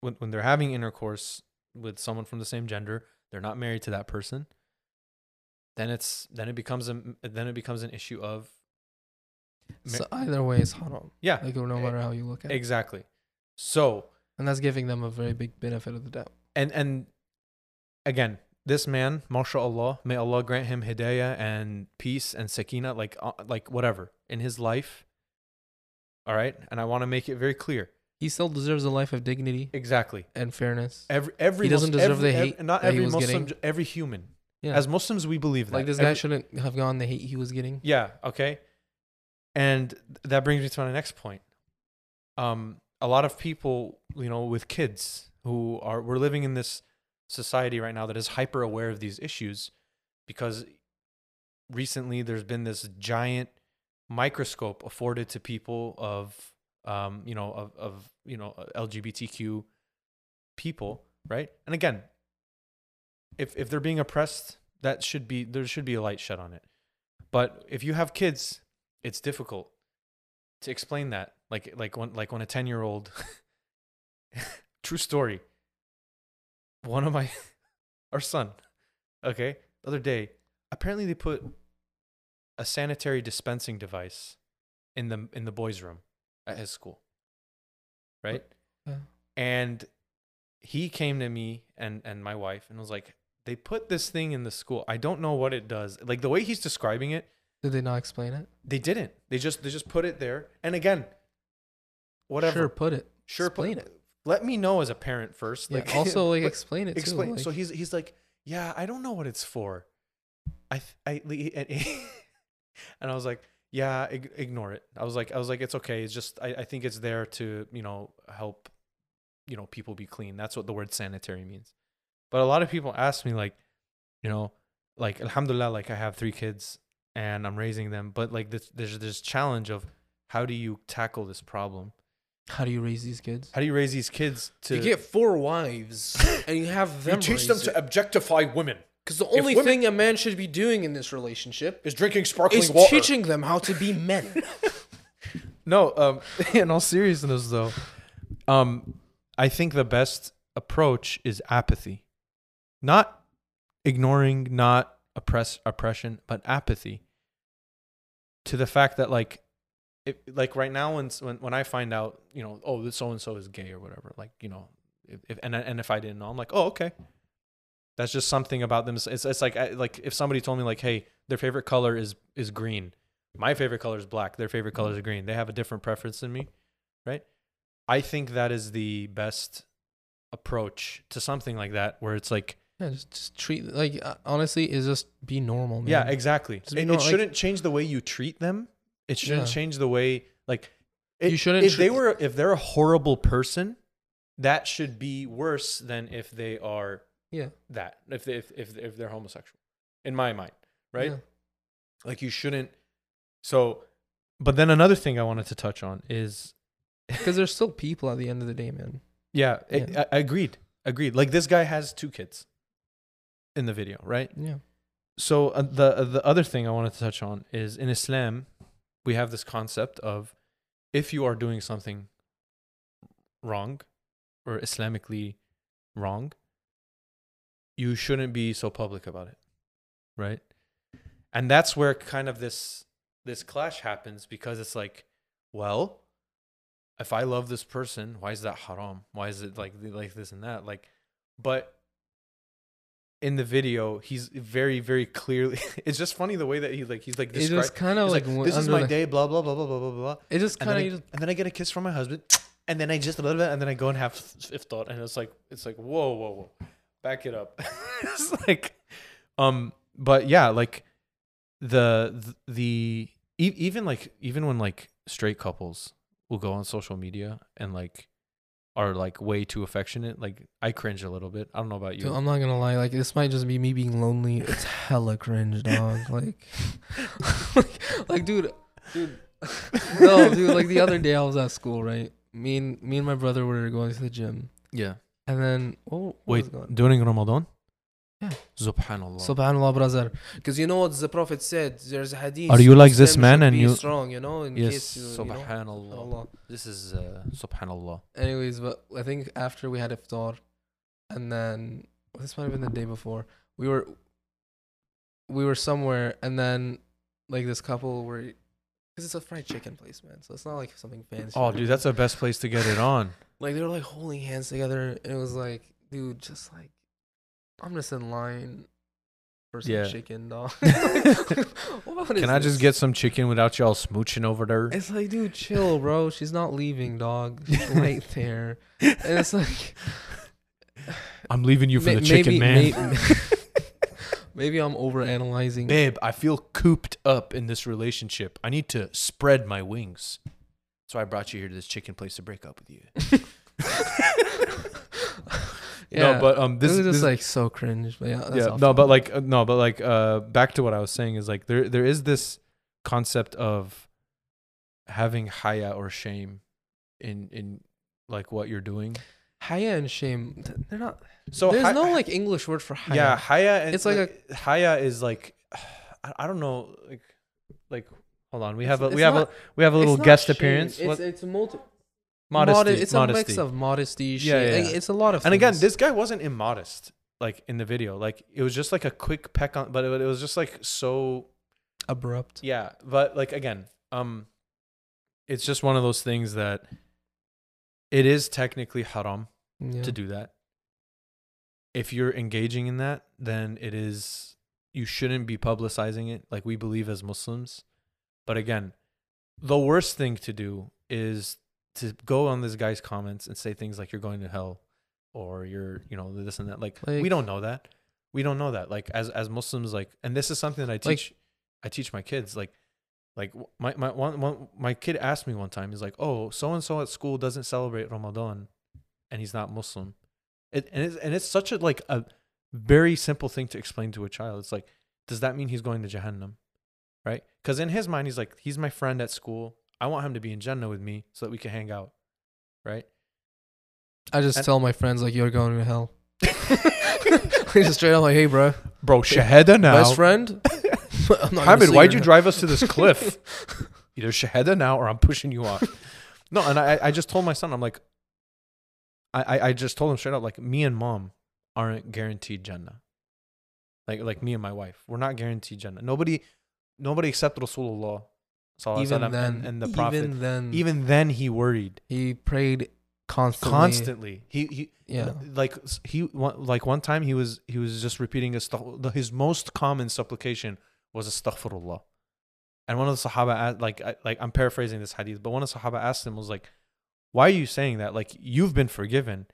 B: when when they're having intercourse with someone from the same gender, they're not married to that person, then it's then it becomes a then it becomes an issue of Ma-
A: So either way, it's haram.
B: yeah,
A: Like no matter how you look at it,
B: exactly. So,
A: and that's giving them a very big benefit of the doubt.
B: and and again this man mashallah may allah grant him hidayah and peace and sakina like uh, like whatever in his life all right and i want to make it very clear
A: He still deserves a life of dignity
B: exactly
A: and fairness.
B: every every
A: He doesn't
B: Mus-
A: deserve
B: every,
A: the
B: ev-
A: hate
B: not
A: that he
B: every
A: was
B: muslim
A: getting.
B: j- every human
A: Yeah.
B: as muslims we believe that
A: like this guy
B: Every-
A: shouldn't have gotten the hate he was getting.
B: Yeah. Okay. And th- that brings me to my next point. Um, a lot of people, you know, with kids who are we're living in this society right now that is hyper aware of these issues because recently there's been this giant microscope afforded to people of um, you know, of of you know LGBTQ people, right? And again, if if they're being oppressed, that should be there should be a light shed on it. But if you have kids, it's difficult to explain that. Like like when like when a ten year old true story. One of my our son, okay, the other day, apparently they put a sanitary dispensing device in the in the boys' room at his school. Right?
A: Yeah.
B: And he came to me and and my wife and was like, they put this thing in the school. I don't know what it does. Like the way he's describing it,
A: Did they not explain it?
B: they didn't. They just they just put it there. And again, whatever.
A: Sure,
B: Sure,
A: put it.
B: put-
A: explain it.
B: Let me know as a parent first.
A: Yeah,
B: Like
A: also, like
B: but
A: explain it.
B: explain.
A: Too, like,
B: so he's he's like, yeah, I don't know what it's for. I th- I li- and, and I was like, yeah, ig- ignore it. I was like, I was like, it's okay. It's just I, I think it's there to you know help, you know, people be clean. That's what the word sanitary means. But a lot of people ask me like, you know, like Alhamdulillah, like I have three kids and I'm raising them, but like this, there's this challenge of how do you tackle this problem?
A: how do you raise these kids?
B: How do you raise these kids to
D: You get four wives and you have
C: You
D: them.
C: teach them to objectify women
D: Because the only
C: women-
D: thing a man should be doing in this relationship
C: is drinking sparkling
D: is
C: water.
D: teaching them how to be men.
B: No, um, in all seriousness, though, um, I think the best approach is apathy, not ignoring, not oppress oppression, but apathy to the fact that like, if, like right now when s- when when I find out, you know, oh, this so and so is gay or whatever, like you know, if, if and I- and if I didn't know, I'm like, oh, okay. That's just something about them. It's, it's it's like I- like if somebody told me like, hey, their favorite color is is green my favorite color is black their favorite color is
A: Mm-hmm.
B: green they have a different preference than me right i think that is the best approach to something like that where it's like
A: Yeah, just, just treat like uh, honestly, is just be normal. Oh, Man.
B: yeah exactly
A: Just
B: it,
A: be
B: it
A: nor- like-
B: shouldn't change the way you treat them it shouldn't
A: Yeah.
B: change the way like it,
A: You shouldn't
B: if they
A: treat-
B: were if they're a horrible person that should be worse than if they are
A: Yeah.
B: that if they, if, if if they're homosexual in my mind right
A: Yeah.
B: like you shouldn't so but then another thing i wanted to touch on is
A: Because there's still people at the end of the day, man.
B: yeah, I
A: Yeah.
B: I, I agreed agreed like this guy has two kids in the video right
A: Yeah.
B: so uh, the uh, the other thing i wanted to touch on is in islam we have this concept of if you are doing something wrong or islamically wrong you shouldn't be so public about it right and that's where kind of this this clash happens because it's like well if i love this person why is that haram why is it like like this and that like but in the video he's very very clearly it's just funny the way that he like he's like
A: It
B: describing
A: just kind of like, went
B: this is
A: under
B: my
A: the-
B: day blah blah blah blah blah blah blah
A: It just
B: and then, I,
A: kind of
B: and then I get a kiss from my husband, and then I just a little bit, and then I go and have iftar, and it's like it's like whoa whoa whoa, back it up. it's like, um, but yeah, like the the, the e- even like even when like straight couples will go on social media and like are like way too affectionate, like I cringe a little bit. I don't know about you.
A: Dude, I'm not gonna lie. Like this might just be me being lonely. It's hella cringe, dog. Like, like, like, dude, dude. no, dude. Like the other day, I was at school, right? Me and me and my brother were going to the gym,
B: yeah.
A: and then oh
B: Wait, during Ramadan.
A: Yeah.
B: Subhanallah.
A: Subhanallah, brother.
D: Because you know what the Prophet said. There's a hadith.
B: Are you like
D: Muslim
B: this man
D: should
B: and
D: be
B: you-
D: strong? You know, in
B: yes.
D: case you, you know.
B: Subhanallah.
A: Allah.
B: This is uh, subhanallah.
A: Anyways, but I think after we had iftar, and then well, this might have been the day before. We were we were somewhere, and then like this couple were because it's a fried chicken place, man. So it's not like something fancy.
B: Oh, dude, that's the best place to get it on.
A: like they were like holding hands together, and it was like, dude, just like I'm just in line for some
B: Yeah.
A: chicken, dog. What is
B: Can I just
A: this?
B: get some chicken without y'all smooching over there?
A: It's like, dude, chill, bro. She's not leaving, dog. She's right there, and it's like.
B: I'm leaving you for
A: May-
B: the chicken, man.
A: may- maybe I'm overanalyzing.
B: Babe, I feel cooped up in this relationship. I need to spread my wings. So I brought you here to this chicken place to break up with you.
A: Yeah,
B: No, but um,
A: it
B: this is
A: was just
B: this-
A: like so cringe. But yeah, that's
B: yeah,
A: off
B: no, but
A: topic.
B: like uh, no, but like uh, back to what I was saying is like there there is this concept of having haya or shame in in like what you're doing.
A: haya and shame. th- They're not.
B: So
A: there's
B: hi-
A: no like English word for haya.
B: Yeah, Haya. And,
A: It's
B: it's
A: like
B: like, a Haya is like, I, I don't know, like, like. Hold on, we have a
A: It's-
B: we
A: it's
B: have
A: not-
B: a we have a
A: It's
B: little
A: not
B: guest
A: shame,
B: appearance.
A: It's,
B: What-
A: it's a multi-
B: modesty,
A: modi- It's
B: modesty.
A: a mix of modesty.
B: Yeah,
A: shame,
B: yeah,
A: like,
B: yeah.
A: it's a lot of.
B: and again,
A: things.
B: this guy wasn't immodest, like in the video. Like it was just like a quick peck on, but it, it was just like so
A: abrupt.
B: yeah, but like again, um, it's just one of those things that it is technically haram
A: Yeah.
B: to do that. If you're engaging in that, then it is you shouldn't be publicizing it like we believe as Muslims. But again, the worst thing to do is to go on this guy's comments and say things like you're going to hell or you're, you know, this and that. Like,
A: Like-
B: we don't know that. We don't know that. Like as as Muslims like and this is something that I
A: Like-
B: teach I teach my kids like like w- my my one, one my kid asked me one time he's like, "Oh, so and so at school doesn't celebrate Ramadan." and he's not Muslim. It, and it's and it's such a like a very simple thing to explain to a child. It's like, does that mean he's going to Jahannam? Right? Because in his mind, he's like, he's my friend at school. I want him to be in Jannah with me so that we can hang out. Right?
A: I just
B: and-
A: tell my friends like you're going to hell. just straight up like, hey, bro,
B: Bro, Shahada now.
A: best friend. I'm not gonna
B: Hamid,
A: say
B: why'd
A: you're
B: you
A: not-
B: drive us to this cliff? either shahada now or I'm pushing you off. no, and I, I just told my son, I'm like, I, I, I just told him straight up, like, me and mom aren't guaranteed Jannah. Like, like me and my wife, we're not guaranteed Jannah. Nobody, nobody except Rasulullah, sallallahu alaihi
A: Even
B: wasallam,
A: then,
B: and, and the Prophet.
A: even then,
B: even then, he worried
A: he prayed constantly.
B: constantly. He he
A: Yeah.
B: like s- he one, like one time he was he was just repeating astagh- the- his most common supplication was astaghfirullah. And one of the sahaba asked, like I, like I'm paraphrasing this hadith, but one of the sahaba asked him was like why are you saying that? Like you've been forgiven.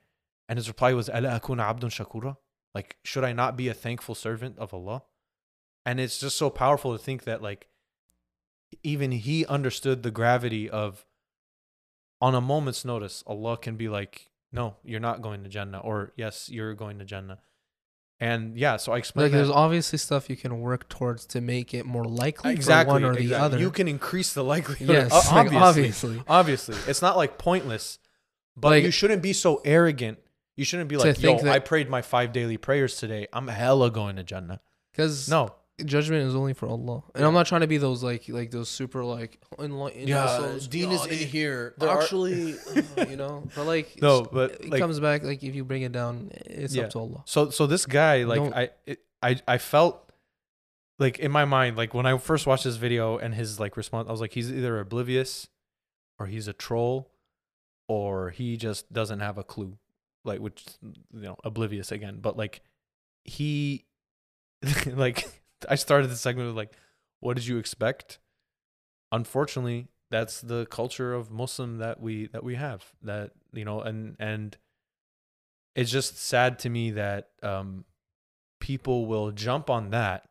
B: And his reply was ala akuna abdun shakura? Like should I not be a thankful servant of Allah? And it's just so powerful to think that like even he understood the gravity of on a moment's notice, Allah can be like, no, you're not going to Jannah, or yes, you're going to Jannah. And yeah, so I
A: Like
B: explained
A: there's
B: that.
A: obviously stuff you can work towards to make it more likely
B: exactly,
A: for one or the
B: exactly.
A: other.
B: You can increase the likelihood.
A: yes,
B: o-
A: like,
B: obviously, obviously,
A: obviously.
B: it's not like pointless, but
A: Like-
B: you shouldn't be so arrogant. You shouldn't be
A: To
B: like, yo,
A: think that-
B: I prayed my five daily prayers today. I'm hella going to Jannah.
A: Because
B: No,
A: judgment is only for Allah, and I'm not trying to be those like like those super like enlightened.
C: Yeah,
A: souls.
C: Dean is
A: "Oh, they-
C: in here.
A: they're
C: Are-
A: actually, uh, you know, but like
B: no,
A: it's-
B: but
A: it
B: like,
A: comes back like if you bring it down, it's
B: Yeah.
A: up to Allah.
B: So so this guy like
A: Don't-
B: I it, I I felt like in my mind like when I first watched this video and his like response I was like he's either oblivious or he's a troll or he just doesn't have a clue like which you know oblivious again but like he like I started the segment with like what did you expect unfortunately that's the culture of muslim that we that we have that you know and and it's just sad to me that um people will jump on that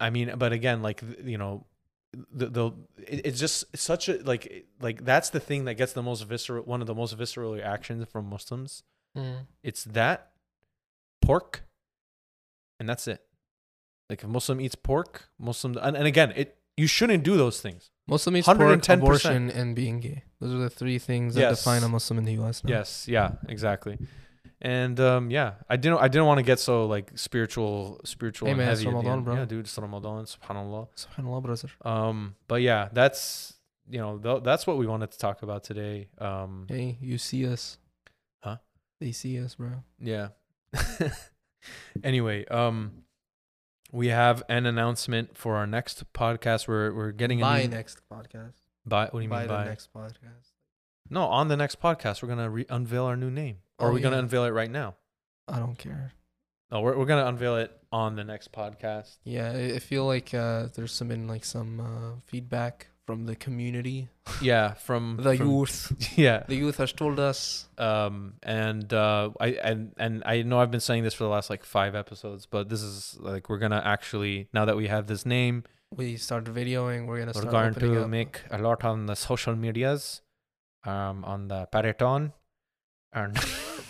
B: i mean but again like th- you know the, the it- it's just such a like it- like that's the thing that gets the most visceral one of the most visceral reactions from muslims it's that pork and that's it like if muslim eats pork muslim and, and again it you shouldn't do those things
A: Muslim means pork,
B: 110%.
A: abortion, and being gay. Those are the three things that
B: Yes.
A: define a Muslim in the U.S. Now.
B: yes yeah exactly and um yeah i didn't i didn't want to get so like spiritual spiritual
A: Hey,
B: and
A: man, it's
B: heavy at the
A: Ramadan,
B: end.
A: bro.
B: yeah dude it's ramadan subhanallah
A: Subhanallah, brother.
B: um but yeah that's you know th- that's what we wanted to talk about today um
A: Hey, you see us?
B: Huh?
A: They see us, bro.
B: Yeah. anyway, um we have an announcement for our next podcast. We're we're getting a
A: By
B: new,
A: next podcast.
B: by what do you
A: by
B: mean
A: the
B: by
A: next podcast.
B: No, on the next podcast we're going to re- unveil our new name. Or
A: Oh,
B: are we going to
A: yeah.
B: unveil it right now?
A: I don't care.
B: No, we're we're going to unveil it on the next podcast.
A: Yeah, I I feel like uh, there's some in like some uh, feedback from the community,
B: Yeah, from
A: the
B: from-
A: youth.
B: Yeah.
A: The youth has told us.
B: um and uh i and and i know i've been saying this for the last like five episodes but this is like we're gonna actually now that we have this name
A: We start videoing. We're gonna
B: we're
A: start
B: going
A: opening
B: to
A: up.
B: make a lot on the social medias um on the Peloton and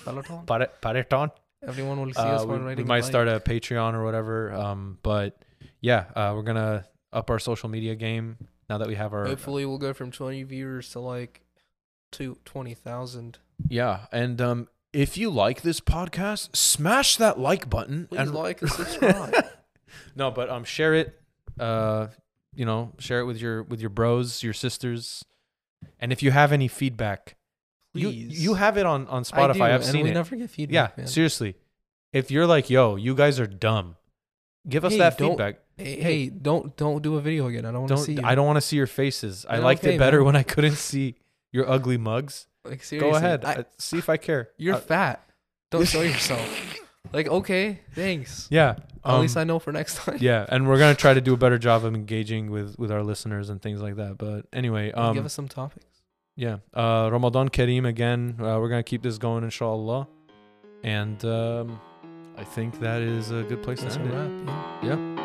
A: Peloton?
B: Pare- Peloton
A: Everyone will see
B: uh,
A: us
B: we,
A: while
B: we
A: riding. a
B: might
A: bike.
B: start a Patreon or whatever um but yeah uh we're gonna up our social media game now that we have our
A: Hopefully, we'll go from 20 viewers to like to 20,000.
B: yeah and um
C: If you like this podcast, smash that like button
A: Please
C: and
A: like and subscribe.
B: No, but um, share it. Uh, you know, share it with your with your bros, your sisters, and if you have any feedback, you
A: Please.
B: you have it on on
A: I
B: Spotify.
A: do,
B: I've
A: and
B: seen
A: we
B: it.
A: never get
B: yeah,
A: feedback. man.
B: seriously, if you're like, yo, you guys are dumb, give us
A: Hey,
B: that
A: don't-
B: feedback.
A: Hey, hey, don't don't do a video again. I don't want to
B: Don't
A: see you.
B: I don't want to see your faces. I
A: They're
B: liked
A: okay,
B: it better
A: man.
B: when I couldn't see your ugly mugs.
A: like seriously.
B: Go ahead,
A: I-
B: uh, see if I care.
A: you're
B: Uh,
A: fat. Don't show yourself. Like okay, thanks.
B: yeah.
A: At least
B: um,
A: I know for next time.
B: yeah, and we're gonna try to do a better job of engaging with with our listeners and things like that. But anyway, um,
A: Give us some topics.
B: yeah uh ramadan kareem again uh, we're gonna keep this going inshallah and um i think that is a good place
A: That's
B: to
A: a
B: end it
A: wrap. yeah.
B: yeah